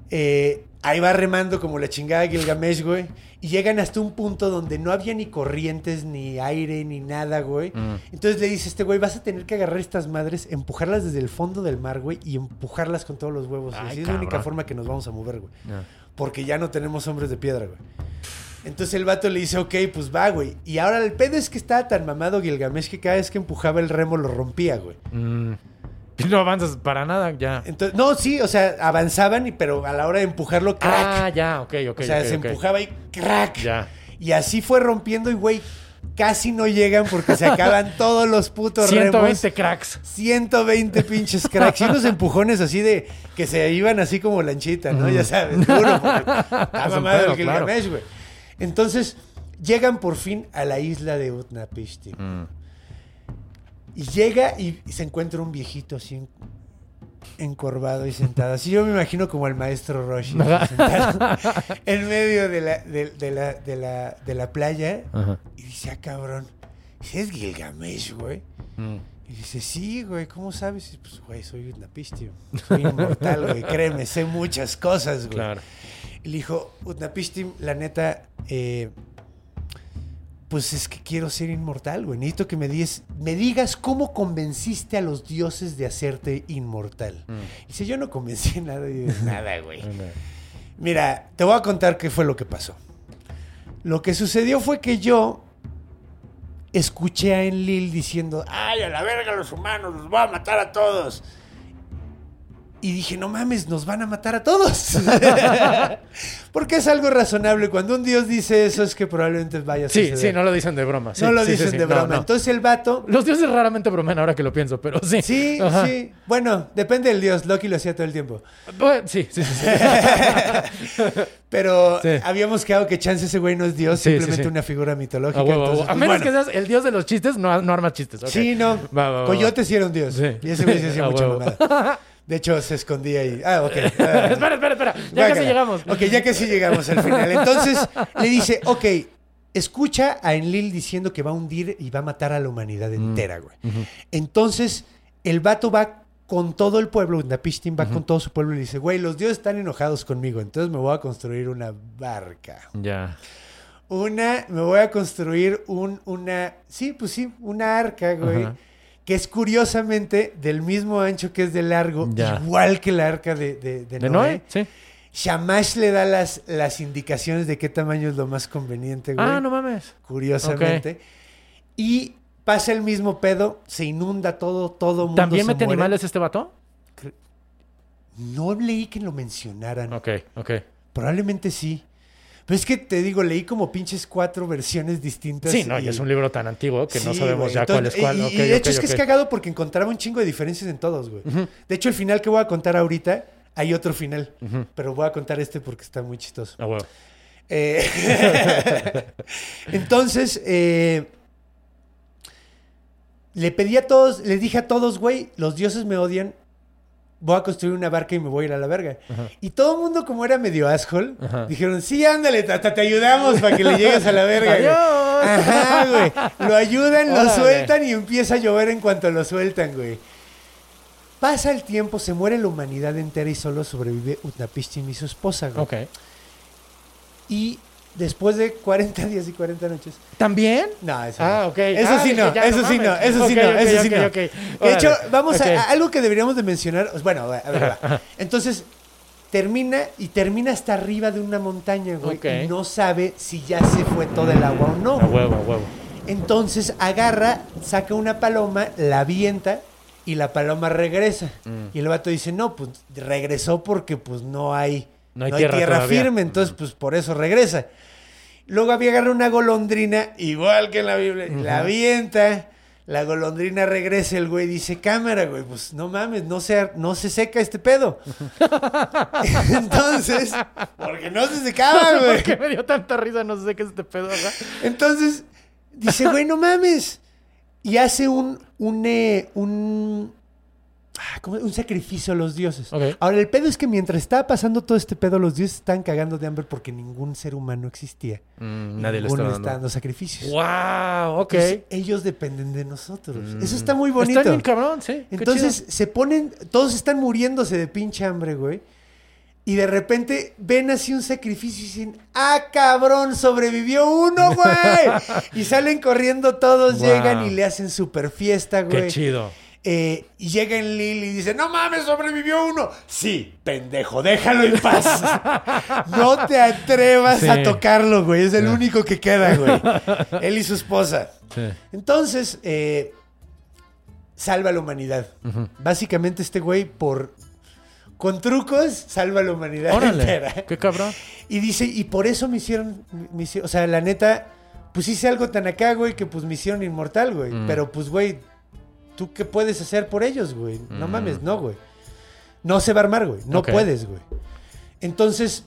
C: eh, ahí va remando como la chingada Gilgamesh, güey. Y llegan hasta un punto donde no había ni corrientes, ni aire, ni nada, güey. Entonces le dice este güey, vas a tener que agarrar estas madres, empujarlas desde el fondo del mar, güey, y empujarlas con todos los huevos. güey.
D: Ay,
C: Sí, es la única
D: cabrón.
C: forma que nos vamos a mover, güey
D: Ya.
C: porque ya no tenemos hombres de piedra, güey. Entonces el vato le dice, ok, pues va, güey. Y ahora el pedo es que estaba tan mamado Gilgamesh que cada vez que empujaba el remo lo rompía, güey.
D: Mm. (laughs) No avanzas para nada, ya.
C: Entonces, no, sí, o sea, avanzaban, y, pero a la hora de empujarlo, crack.
D: Ah, ya, ok, ok.
C: o sea,
D: ok,
C: se
D: ok.
C: empujaba y crack.
D: Ya.
C: Y así fue rompiendo y, güey, casi no llegan porque se acaban todos los
D: (laughs)
C: putos remos.
D: 120 cracks.
C: 120 pinches cracks y unos empujones así de que se iban así como lanchita, ¿no? Ya sabes, duro.
D: (laughs)
C: porque Está
D: Mm. Es un
C: mamado
D: pedo,
C: el Gilgamesh, güey. Entonces, llegan por fin a la isla de Utnapishtim.
D: Mm.
C: Y llega y y se encuentra un viejito así en- encorvado y sentado. Así yo me imagino como el maestro
D: (laughs)
C: Roshi sentado (laughs) en medio de la, de- de la, de la, de la playa.
D: Ajá.
C: Y dice, ah, cabrón, ¿sí es Gilgamesh, güey?
D: Mm.
C: Y dice, sí, güey, ¿cómo sabes? Y pues, güey, soy una pistio. Soy inmortal,
D: (laughs)
C: güey, créeme, sé muchas cosas, güey.
D: Claro.
C: Y le dijo, Utnapishtim, la neta, eh, pues es que quiero ser inmortal, güey. Necesito que me, dies- me digas cómo convenciste a los dioses de hacerte inmortal.
D: Mm.
C: Dice, yo no convencí a nadie
D: (laughs)
C: de nada, güey. Mira, te voy a contar qué fue lo que pasó. Lo que sucedió fue que yo escuché a Enlil diciendo, ay, a la verga los humanos, los voy a matar a todos. Y dije, no mames, nos van a matar a todos. (laughs) Porque es algo razonable. Cuando un dios dice eso es que probablemente vaya a
D: Sí,
C: suceder.
D: sí, no lo dicen de broma. Sí,
C: No lo
D: sí, sí,
C: dicen
D: sí.
C: de
D: No,
C: broma.
D: no.
C: Entonces el vato...
D: Los dioses raramente bromean ahora que lo pienso, pero sí.
C: Sí,
D: Ajá.
C: sí. Bueno, depende del dios. Loki lo hacía todo el tiempo.
D: Bueno, sí,
C: (laughs)
D: sí, sí, sí.
C: Pero
D: Sí.
C: habíamos quedado que chance ese güey no es dios,
D: Sí, sí,
C: simplemente
D: sí.
C: una figura mitológica.
D: A huevo, a huevo.
C: Entonces, pues,
D: A menos
C: bueno.
D: que seas el dios de los chistes, no, no armas chistes. ok.
C: Sí, no.
D: Va, va, va,
C: Coyote sí era un dios.
D: Sí.
C: Y ese güey se
D: (laughs)
C: hacía
D: A
C: mucha
D: huevo.
C: mamada. De hecho, se escondía y... Ah,
D: (laughs)
C: ok.
D: va.
C: Ah.
D: (laughs) espera, espera, espera. Ya
C: Guácala.
D: casi llegamos.
C: Ok, ya casi llegamos al final. Entonces le dice, ok, escucha a Enlil diciendo que va a hundir y va a matar a la humanidad
D: Mm.
C: entera, güey. Entonces el vato va con todo el pueblo, Napishtim va con todo su pueblo y le dice, güey, los dioses están enojados conmigo, entonces me voy a construir una barca.
D: Ya.
C: Una, me voy a construir un, una, sí, pues sí, una arca, güey.
D: Ajá.
C: Que es curiosamente del mismo ancho que es de largo,
D: Ya.
C: igual que la arca de, de, de Noé.
D: ¿De Noé? Sí.
C: Shamash le da las, las indicaciones de qué tamaño es lo más conveniente, este güey.
D: Ah, no mames.
C: Curiosamente. Y pasa el mismo pedo, se inunda todo, todo mundo.
D: ¿También
C: se
D: mete
C: muere.
D: animales este vato?
C: No leí que lo mencionaran.
D: Ok, ok.
C: Probablemente sí. Pero es que te digo, leí como pinches cuatro versiones distintas.
D: Sí, no,
C: y-
D: y es un libro tan antiguo que no
C: Pues Sí,
D: sabemos
C: güey.
D: ya
C: Entonces,
D: cuál es cuál.
C: Y, y
D: Ok,
C: de hecho
D: ok,
C: es que
D: ok.
C: es cagado porque encontraba un chingo de diferencias en todos, güey. De hecho, el final que voy a contar ahorita, hay otro final. Pero voy a contar este porque está muy chistoso.
D: Ah, huevo.
C: Eh, (laughs) Entonces, eh, le pedí a todos, les dije a todos, güey, los dioses me odian. Voy a construir una barca y me voy a ir a la verga. Y todo el mundo, como era medio asshole, dijeron: Sí, ándale, hasta te ayudamos para que le llegues a la verga. güey".
D: Adiós.
C: Ajá, güey. Lo ayudan, lo
D: Órale.
C: sueltan y empieza a llover en cuanto lo sueltan, güey. Pasa el tiempo, se muere la humanidad entera y solo sobrevive Utnapishtim y su esposa, güey.
D: Ok.
C: Y después de 40 días y 40 noches.
D: ¿También?
C: No, eso
D: Ah,
C: no.
D: ok.
C: Eso
D: Ah,
C: sí
D: dije,
C: no,
D: ya,
C: eso
D: no
C: sí no,
D: mames.
C: eso sí
D: Ok,
C: no,
D: ok,
C: eso sí
D: ok,
C: no.
D: ok.
C: De
D: Órale.
C: hecho, vamos a-
D: Ok.
C: a algo que deberíamos de mencionar. Bueno, a ver, va. Entonces, termina y termina hasta arriba de una montaña, güey.
D: Ok. Ah,
C: Y no sabe si ya se fue todo el agua o no.
D: A huevo, a
C: (laughs)
D: huevo.
C: Entonces agarra, saca una paloma, la avienta y la paloma regresa.
D: Mm.
C: Y el vato dice, no, pues regresó porque pues no hay,
D: No hay tierra todavía.
C: firme, entonces pues por eso regresa. Luego había agarra una golondrina, igual que en la Biblia, la avienta, la golondrina regresa, el güey dice, cámara, güey, pues no mames, no se, no se seca este
D: (laughs)
C: pedo. (laughs) entonces, porque no se secaba, Ah, güey.
D: ¿Por qué me dio tanta risa? No sé qué es este pedo, ¿verdad?
C: Entonces,
D: (laughs)
C: dice, güey, no mames. Y hace un, un, eh, un, ah, ¿cómo? un sacrificio a los dioses.
D: Ok.
C: Ahora, el pedo es que mientras estaba pasando todo este pedo, los dioses estaban cagando de hambre porque ningún ser humano existía.
D: Mm, nadie le
C: Ninguno
D: está
C: estaba
D: dando.
C: dando sacrificios.
D: ¡Wow! Ok. Mm.
C: Entonces, ellos dependen de nosotros. Eso está muy Pues, bonito.
D: Está bien cabrón, sí. Qué
C: Entonces se ponen, todos están muriéndose de pinche hambre, güey. Y de repente ven así un sacrificio y dicen, ah, cabrón, sobrevivió uno,
D: (laughs)
C: güey. y salen corriendo todos,
D: Wow.
C: llegan y le hacen super fiesta,
D: chido.
C: güey.
D: Qué
C: (laughs)
D: chido.
C: Eh, y llega en Lil y dice, no mames, sobrevivió uno. Sí, pendejo, déjalo en paz.
D: (laughs)
C: no te atrevas
D: Sí.
C: a tocarlo, güey. Es el único que queda, güey.
D: (laughs)
C: Él y su esposa.
D: Sí.
C: Entonces, eh, salva a la humanidad. Básicamente este güey por... Con trucos, salva a la humanidad
D: Órale.
C: entera.
D: Qué cabrón. (laughs)
C: Y dice, y por eso me hicieron, me hici- o sea, la neta, pues hice algo tan acá, güey, que pues me hicieron inmortal, güey. Pero pues, güey, ¿tú qué puedes hacer por ellos, güey? No mames, no, güey. No se va a armar, güey. No
D: Ok.
C: puedes, güey. Entonces,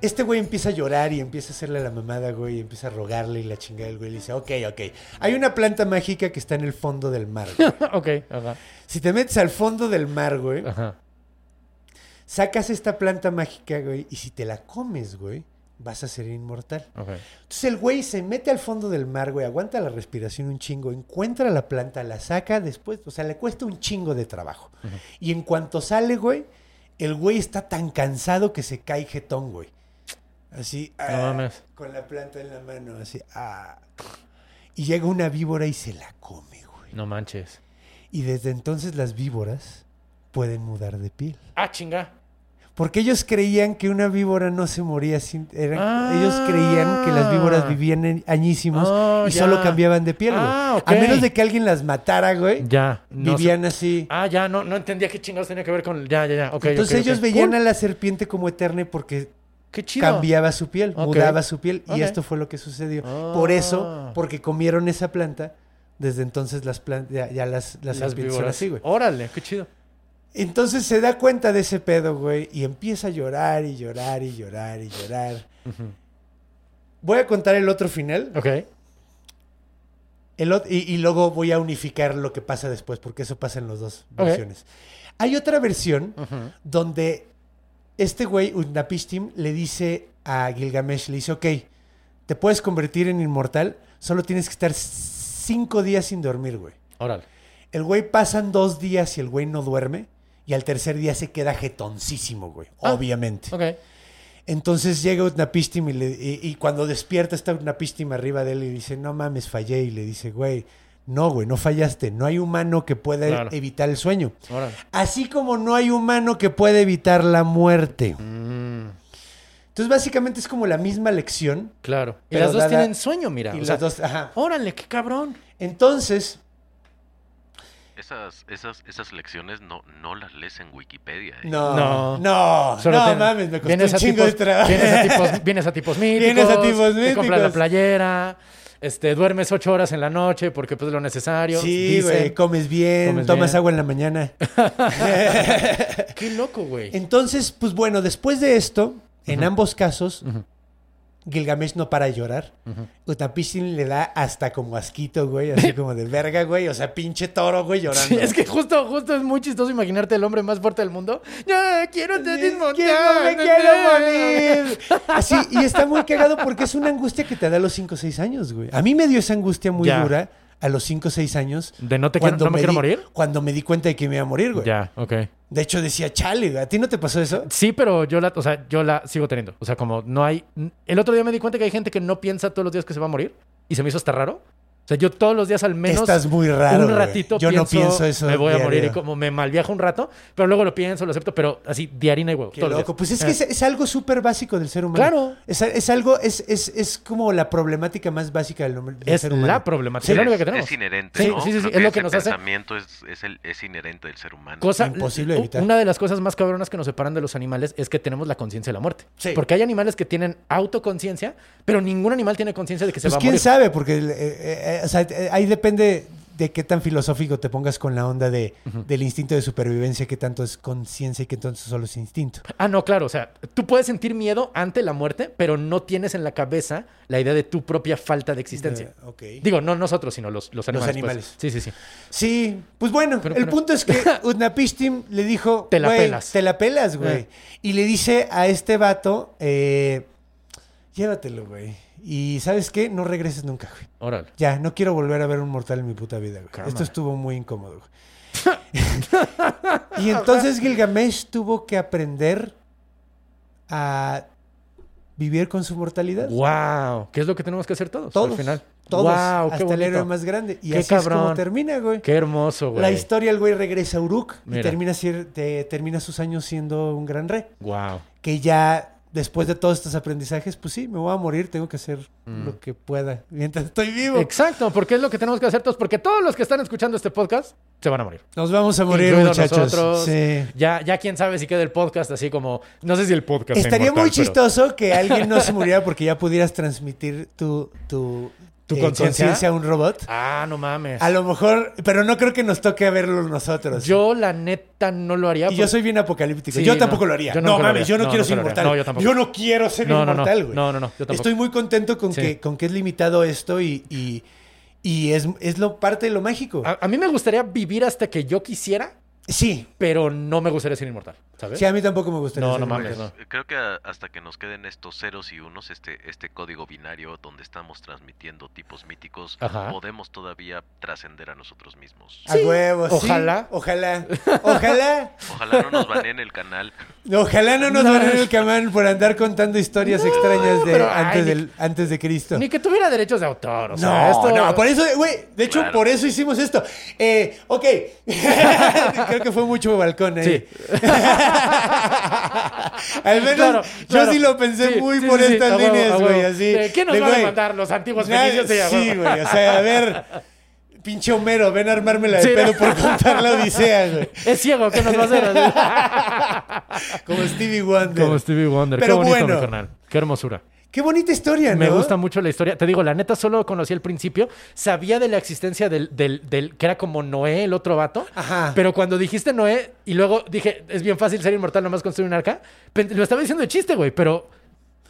C: este güey empieza a llorar y empieza a hacerle la mamada, güey, y empieza a rogarle y la chingada del güey. Le dice, ok, ok. Hay una planta mágica que está en el fondo del mar.
D: (laughs)
C: güey.
D: ok, ajá.
C: si te metes al fondo del mar, güey,
D: Ajá.
C: sacas esta planta mágica, güey, y si te la comes, güey, vas a ser inmortal.
D: Ok.
C: Entonces el güey se mete al fondo del mar, güey, aguanta la respiración un chingo, encuentra la planta, la saca después, o sea, le cuesta un chingo de trabajo. Y en cuanto sale, güey, el güey está tan cansado que se cae jetón, güey. Así, ah,
D: mames.
C: con la planta en la mano, así, ah. Y llega una víbora y se la come, güey.
D: No manches.
C: Y desde entonces las víboras pueden mudar de piel.
D: Ah, chinga.
C: Porque ellos creían que una víbora no se moría sin... eran-
D: Ah.
C: ellos creían que las víboras vivían en- añísimos
D: Ah,
C: y
D: ya.
C: solo cambiaban de piel, güey.
D: Ah, ok.
C: A menos de que alguien las matara, güey.
D: Ya. no
C: vivían
D: sé.
C: así.
D: Ah, ya, no, no entendía qué chingados tenía que ver con. Ya, ya, ya. ok,
C: Entonces
D: ok, ok.
C: ellos veían
D: Cool.
C: a la serpiente como eterna porque
D: Qué chido.
C: cambiaba su piel,
D: Ok.
C: mudaba su piel
D: Ok.
C: y esto fue lo que sucedió.
D: Ah.
C: Por eso, porque comieron esa planta, desde entonces las plantas, ya, ya las, las,
D: Las
C: serpientes son
D: víboras.
C: así, güey.
D: Órale, qué chido.
C: Entonces se da cuenta de ese pedo, güey, y empieza a llorar y llorar y llorar y llorar. Voy a contar el otro final
D: Ok.
C: el ot- y, y luego voy a unificar lo que pasa después, porque eso pasa en las dos
D: Ok.
C: versiones. Hay otra versión donde este güey, Utnapishtim, le dice a Gilgamesh, le dice, ok, te puedes convertir en inmortal, solo tienes que estar cinco días sin dormir, güey.
D: Órale.
C: El güey pasan dos días y el güey no duerme. Y al tercer día se queda jetoncísimo, güey.
D: Ah,
C: obviamente.
D: Ok.
C: Entonces llega Utnapishtim y, le- y- y cuando despierta está Utnapishtim arriba de él y dice, no mames, fallé. Y le dice, güey, no, güey, no fallaste. No hay humano que pueda
D: Claro.
C: evitar el sueño.
D: Órale.
C: Así como no hay humano que pueda evitar la muerte.
D: Mm.
C: Entonces básicamente es como la misma lección.
D: Claro. Y
C: Pero
D: las dos
C: dada-
D: tienen sueño, mira.
C: Y
D: o
C: las
D: sea,
C: dos, ajá.
D: Órale, qué cabrón.
C: Entonces,
E: Esas, esas, esas lecciones no, no las lees en Wikipedia. ¿eh?
C: no,
D: No.
C: no, no,
D: Solo te-
C: mames, me costó un
D: vienes a
C: chingo
D: tipos-
C: de trabajo.
D: Vienes
C: (laughs)
D: a tipos, vienes a tipos míticos.
C: Vienes a tipos
D: Te compras la
C: míticos.
D: playera. Este, duermes ocho horas en la noche porque pues es lo necesario.
C: Sí,
D: dicen.
C: güey, comes bien,
D: Comes
C: tomas
D: bien.
C: agua en la mañana.
D: Qué loco, güey.
C: Entonces, pues bueno, después de esto, en ambos casos, Gilgamesh no para de llorar. Utnapishtim le da hasta como asquito, güey,
D: (laughs)
C: así como de verga, güey, o sea, pinche toro, güey, llorando.
D: Sí, (laughs) es que justo, justo es muy chistoso imaginarte el hombre más fuerte del mundo. No, quiero te
C: Es que no me quiero morir. Así, y está muy cagado porque es una angustia que te da a los 5 o 6 años, güey. A mí me dio esa angustia muy
D: Ya.
C: dura a los 5 o 6 años.
D: ¿De no te quiero-
C: cuando
D: no me quiero
C: di-
D: morir?
C: Cuando me di cuenta de que me iba a morir, güey.
D: Ya, ok.
C: De hecho, decía, chale, güey, ¿a ti no te pasó eso?
D: Sí, pero yo la, o sea, yo la sigo teniendo. O sea, como no hay. El otro día me di cuenta que hay gente que no piensa todos los días que se va a morir y se me hizo hasta raro. O sea, yo todos los días al menos.
C: Estás muy raro,
D: Un
C: güey.
D: ratito
C: Yo no pienso eso
D: Me voy a
C: diario.
D: morir y como me malviajo un rato, pero luego lo pienso, lo acepto, pero así de harina y huevo.
C: Qué
D: todos los
C: loco.
D: días.
C: Pues es que es, es algo súper básico del ser humano.
D: Eh. Claro.
C: Es, es algo, es, es, es como la problemática más básica del, hombre- del
D: Es
C: ser humano.
D: la problemática.
E: Es,
D: es la única que tenemos.
E: es inherente,
D: Sí,
E: ¿no?
D: sí, sí, sí, es
E: Creo que
D: lo que
E: ese
D: nos hace-
E: pensamiento es, es, el, es inherente del ser humano.
D: Cosa,
C: Imposible de
D: u-
C: evitar.
D: Una de las cosas más cabronas que nos separan de los animales es que tenemos la conciencia de la muerte.
C: Sí.
D: Porque hay animales que tienen autoconciencia, pero ningún animal tiene conciencia de que se
C: Pues
D: va a
C: quién
D: morir.
C: sabe, porque eh, eh, eh, o sea, eh, ahí depende de qué tan filosófico te pongas con la onda de, del instinto de supervivencia, qué tanto es conciencia y qué tanto solo es instinto.
D: Ah, no, claro. O sea, tú puedes sentir miedo ante la muerte, pero no tienes en la cabeza la idea de tu propia falta de existencia.
C: Eh, ok.
D: Digo, no nosotros, sino los, los animales. pues.
C: animales.
D: Sí, sí, sí.
C: Sí, pues bueno,
D: Pero-
C: el
D: pero-
C: punto es
D: (laughs)
C: que Utnapishtim le dijo,
D: Te la
C: "Güey,
D: pelas".
C: Te la pelas, güey.
D: Eh.
C: Y le dice a este vato, eh, llévatelo, güey. Y ¿sabes qué? No regreses nunca, güey.
D: Órale.
C: Ya, no quiero volver a ver un mortal en mi puta vida, güey.
D: Cámara.
C: Esto estuvo muy incómodo,
D: (laughs)
C: güey. y entonces Gilgamesh tuvo que aprender a vivir con su mortalidad.
D: ¡Wow! ¿Qué es lo que tenemos que hacer todos?
C: Todos.
D: pues, Al final.
C: Todos.
D: ¡Wow! ¡Qué
C: hasta el
D: bonito!
C: héroe más grande. Y
D: ¡Qué
C: así es
D: cabrón!
C: como termina, güey.
D: ¡Qué hermoso, güey!
C: La historia, el güey regresa a Uruk
D: Mira.
C: y termina, sier- te- termina sus años siendo un gran rey.
D: ¡Wow!
C: Que ya después de todos estos aprendizajes, pues sí, me voy a morir, tengo que hacer
D: Mm.
C: lo que pueda mientras estoy vivo.
D: Exacto, porque es lo que tenemos que hacer todos, porque todos los que están escuchando este podcast se van a morir.
C: Nos vamos a morir,
D: Incluido
C: muchachos.
D: nosotros.
C: Sí.
D: Ya, ya quién sabe si queda el podcast así como. No sé si el podcast. sea
C: Estaría
D: inmortal,
C: muy
D: pero-
C: chistoso
D: (laughs)
C: que alguien no se muriera porque ya pudieras transmitir tu, tu, eh,
D: ¿Tu conciencia?
C: a un robot.
D: Ah, no mames.
C: A lo mejor, pero no creo que nos toque verlo nosotros.
D: Yo, la neta, no lo haría.
C: y yo
D: por-
C: soy bien apocalíptico.
D: Sí,
C: yo
D: no.
C: tampoco lo haría.
D: Yo
C: no
D: nunca lo haría.
C: mames, yo no,
D: No,
C: quiero
D: nunca
C: ser
D: lo haría.
C: inmortal.
D: No, yo tampoco.
C: no quiero ser
D: No, no, no.
C: inmortal, güey.
D: No, no, no, yo tampoco.
C: Estoy muy contento con,
D: Sí.
C: que, con que es limitado esto y, y, y es, es lo, parte de lo mágico.
D: A, a mí me gustaría vivir hasta que yo quisiera,
C: Sí.
D: pero no me gustaría ser inmortal. ¿Sabes?
C: Sí, a mí tampoco me gustaría
D: No,
C: ser
D: no
C: inmortal.
D: mames,
E: Pues, Creo que a- hasta que nos queden estos ceros y unos, este, este código binario donde estamos transmitiendo tipos míticos,
D: Ajá. Ah.
E: podemos todavía trascender a nosotros mismos.
C: A huevo, sí.
D: ojalá.
C: Ojalá. Ojalá.
E: Ojalá no nos baneen
D: (laughs)
E: el canal.
C: Ojalá no nos
D: No.
C: van el camán por andar contando historias extrañas de
D: pero, ay,
C: antes,
D: ni-
C: del, antes de Cristo.
D: Ni que tuviera derechos de autor. O
C: no,
D: sea, esto-
C: no, por eso, güey, de hecho,
E: Claro.
C: por eso (laughs) hicimos esto. Eh, ok, creo que fue mucho balcón ahí.
D: Sí.
C: (laughs) Al menos
D: Claro,
C: yo
D: claro.
C: sí lo pensé
D: Sí,
C: muy
D: sí,
C: por
D: sí, sí, a
C: estas
D: huevo, a
C: líneas,
D: huevo.
C: güey, así.
D: ¿De ¿Qué nos
C: de,
D: van
C: güey,
D: a mandar los antiguos
C: nada-
D: fenicios? Sí, a
C: Sí,
D: huevo.
C: güey, o sea, a ver, pinche Homero, ven a armármela de
D: Sí.
C: pedo por contar la odisea, güey.
D: Es ciego, ¿qué nos va a
C: (laughs)
D: hacer? (laughs)
C: Como Stevie Wonder.
D: Como Stevie Wonder.
C: Pero
D: Qué bonito,
C: bueno.
D: mi carnal. Qué hermosura.
C: Qué bonita historia, ¿no?
D: Me gusta mucho la historia. Te digo, la neta, solo conocí el principio. Sabía de la existencia del, del, del- que era como Noé, el otro vato.
C: Ajá.
D: Pero cuando dijiste Noé, y luego dije, es bien fácil ser inmortal, nomás construir un arca. pen- Lo estaba diciendo de chiste, güey, pero.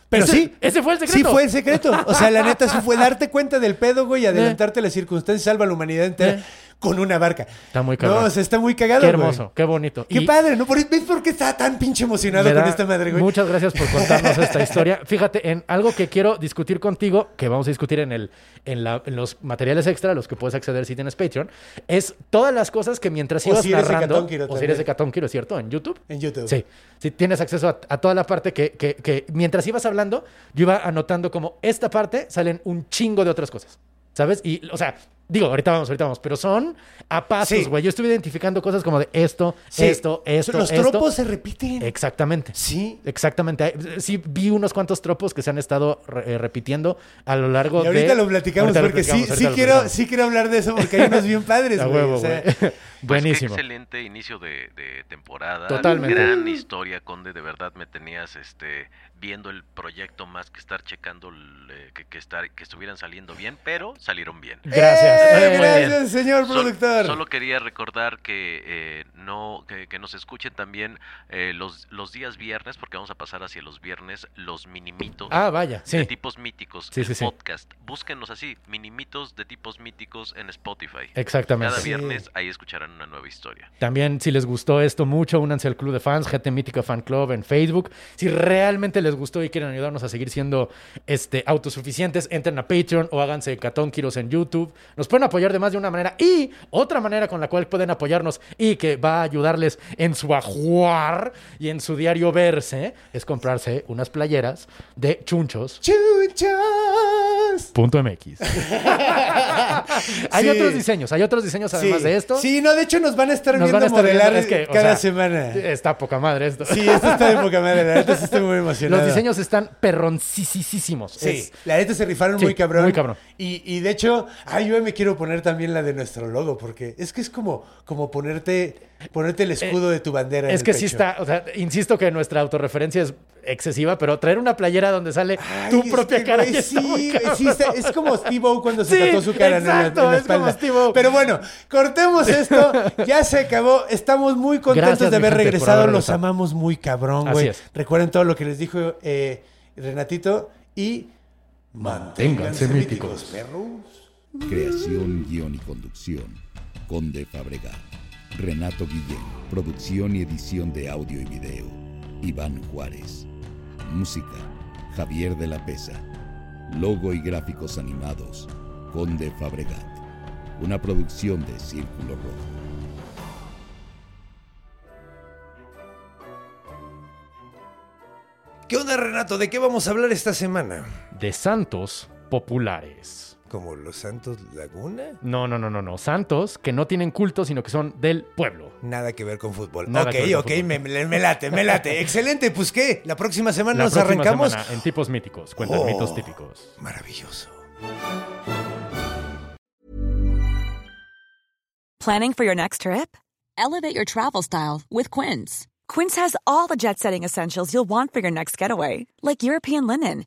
C: Pero
D: ese-
C: sí.
D: Ese fue el secreto.
C: Sí, fue el secreto. O sea, la neta, sí fue darte cuenta del pedo, güey, y adelantarte a las circunstancias, salva a la humanidad entera
D: Eh.
C: con una barca.
D: Está muy cagado.
C: No, o sea, está muy cagado,
D: Qué
C: güey.
D: hermoso, qué bonito.
C: Qué
D: Y-
C: padre, ¿no? Por- ¿Ves por qué está tan pinche emocionado
D: Me
C: con
D: da-
C: esta madre, güey?
D: Muchas gracias por
C: (laughs)
D: contarnos esta historia. Fíjate, en algo que quiero discutir contigo, que vamos a discutir en, el, en, la- en los materiales extra, a los que puedes acceder si tienes Patreon, es todas las cosas que mientras
C: O
D: ibas
C: si eres
D: narrando.
C: Hecatónquiro
D: o si
C: también.
D: eres Hecatónquiro, ¿cierto? En YouTube.
C: En YouTube.
D: Sí. Si tienes acceso a, a toda la parte que, que- que mientras ibas hablando, yo iba anotando como esta parte salen un chingo de otras cosas. ¿Sabes? Y, o sea, digo, ahorita vamos, ahorita vamos, pero son a
C: Sí.
D: pasos, güey. Yo estuve identificando cosas como de esto,
C: Sí.
D: esto, esto.
C: Los
D: esto.
C: tropos se repiten.
D: Exactamente.
C: Sí.
D: Exactamente. Hay- Sí, vi unos cuantos tropos que se han estado re- eh, repitiendo a lo largo
C: Y ahorita
D: de-
C: lo platicamos
D: Ahorita lo
C: porque sí,
D: platicamos,
C: sí,
D: ahorita lo
C: quiero,
D: platicamos.
C: sí quiero hablar de eso porque hay unos bien padres,
D: A
C: güey.
D: huevo,
C: o sea,
D: güey. (laughs)
E: Pues qué
D: Buenísimo.
E: excelente inicio de, de temporada.
D: Totalmente.
E: Gran historia, Conde. De verdad me tenías este viendo el proyecto más que estar checando el, eh, que, que estar, que estuvieran saliendo bien, pero salieron bien.
D: Gracias.
C: ¡Eh,
D: Muy bien.
C: gracias, señor
E: Sol-
C: productor.
E: solo quería recordar que eh, no que, que nos escuchen también eh, los, los días viernes, porque vamos a pasar hacia los viernes, los minimitos.
D: Ah, vaya.
E: De
D: Sí.
E: tipos míticos,
D: Sí,
E: el
D: sí, sí.
E: podcast. Búsquenos así, minimitos de tipos míticos en Spotify.
D: Exactamente.
E: Cada
C: Sí.
E: viernes ahí escucharán una nueva historia.
D: También, si les gustó esto mucho, únanse al Club de Fans, GT Mítica Fan Club en Facebook. Si realmente les gustó y quieren ayudarnos a seguir siendo este, autosuficientes, entren a Patreon o háganse catónquiros en YouTube. Nos pueden apoyar de más de una manera. Y otra manera con la cual pueden apoyarnos y que va a ayudarles en su ajuar y en su diario verse es comprarse unas playeras de chunchos.
C: Chuchos.
D: Punto MX. (laughs) hay
C: Sí.
D: otros diseños, hay otros diseños además
C: sí.
D: de esto.
C: Sí, no, de hecho nos van a estar
D: Nos
C: viendo
D: van a estar viendo,
C: modelar
D: es que, o
C: cada
D: sea,
C: semana.
D: Está poca madre esto.
C: Sí, esto está de poca madre. La neta sí estoy muy emocionado.
D: Los diseños están perroncisísimos.
C: Sí,
D: Es-
C: la neta se rifaron
D: Sí,
C: muy cabrón.
D: muy cabrón.
C: Y, y de hecho, ay, yo me quiero poner también la de nuestro logo, porque es que es como, como ponerte, ponerte el escudo de tu bandera. en
D: Eh, es
C: el
D: que sí
C: pecho.
D: está, o sea, insisto que nuestra autorreferencia es excesiva, pero traer una playera donde sale
C: Ay,
D: tu
C: es
D: propia
C: que,
D: cara.
C: güey,
D: ya
C: sí,
D: está muy
C: güey,
D: cabrón.
C: sí está- es como Steve O cuando se
D: Sí,
C: tatuó su cara en la-
D: exacto,
C: en la,
D: es como
C: espalda.
D: Steve-O.
C: Pero bueno, cortemos esto. Ya se acabó. Estamos muy contentos
D: Gracias,
C: de haber
D: mi gente, por
C: regresado.
D: haber
C: Los
D: regresado.
C: amamos muy cabrón,
D: Así
C: güey.
D: es.
C: Recuerden todo lo que les dijo eh, Renatito y manténganse míticos, perros.
B: Creación, guión y conducción. Conde Fabregat. Renato Guillén. Producción y edición de audio y video. Iván Juárez. Música. Javier de la Pesa. Logo y gráficos animados. Conde Fabregat. Una producción de Círculo Rojo.
C: ¿Qué onda, Renato? ¿De qué vamos a hablar esta semana?
D: De santos populares.
C: ¿Como los Santos Laguna?
D: No, no, no, no, no. Santos que no tienen culto, sino que son del pueblo.
C: Nada que ver con fútbol.
D: Nada
C: ok,
D: que ver con
C: ok,
D: fútbol.
C: Me, me- me late, me
D: (laughs)
C: late. Excelente, pues qué, la próxima semana
D: La
C: nos
D: próxima
C: arrancamos.
D: semana en tipos míticos, cuentan
C: Oh.
D: mitos típicos.
C: Maravilloso.
G: Planning for your next trip? Elevate your travel style with Quince. Quince has all the jet setting essentials you'll want for your next getaway, like European linen,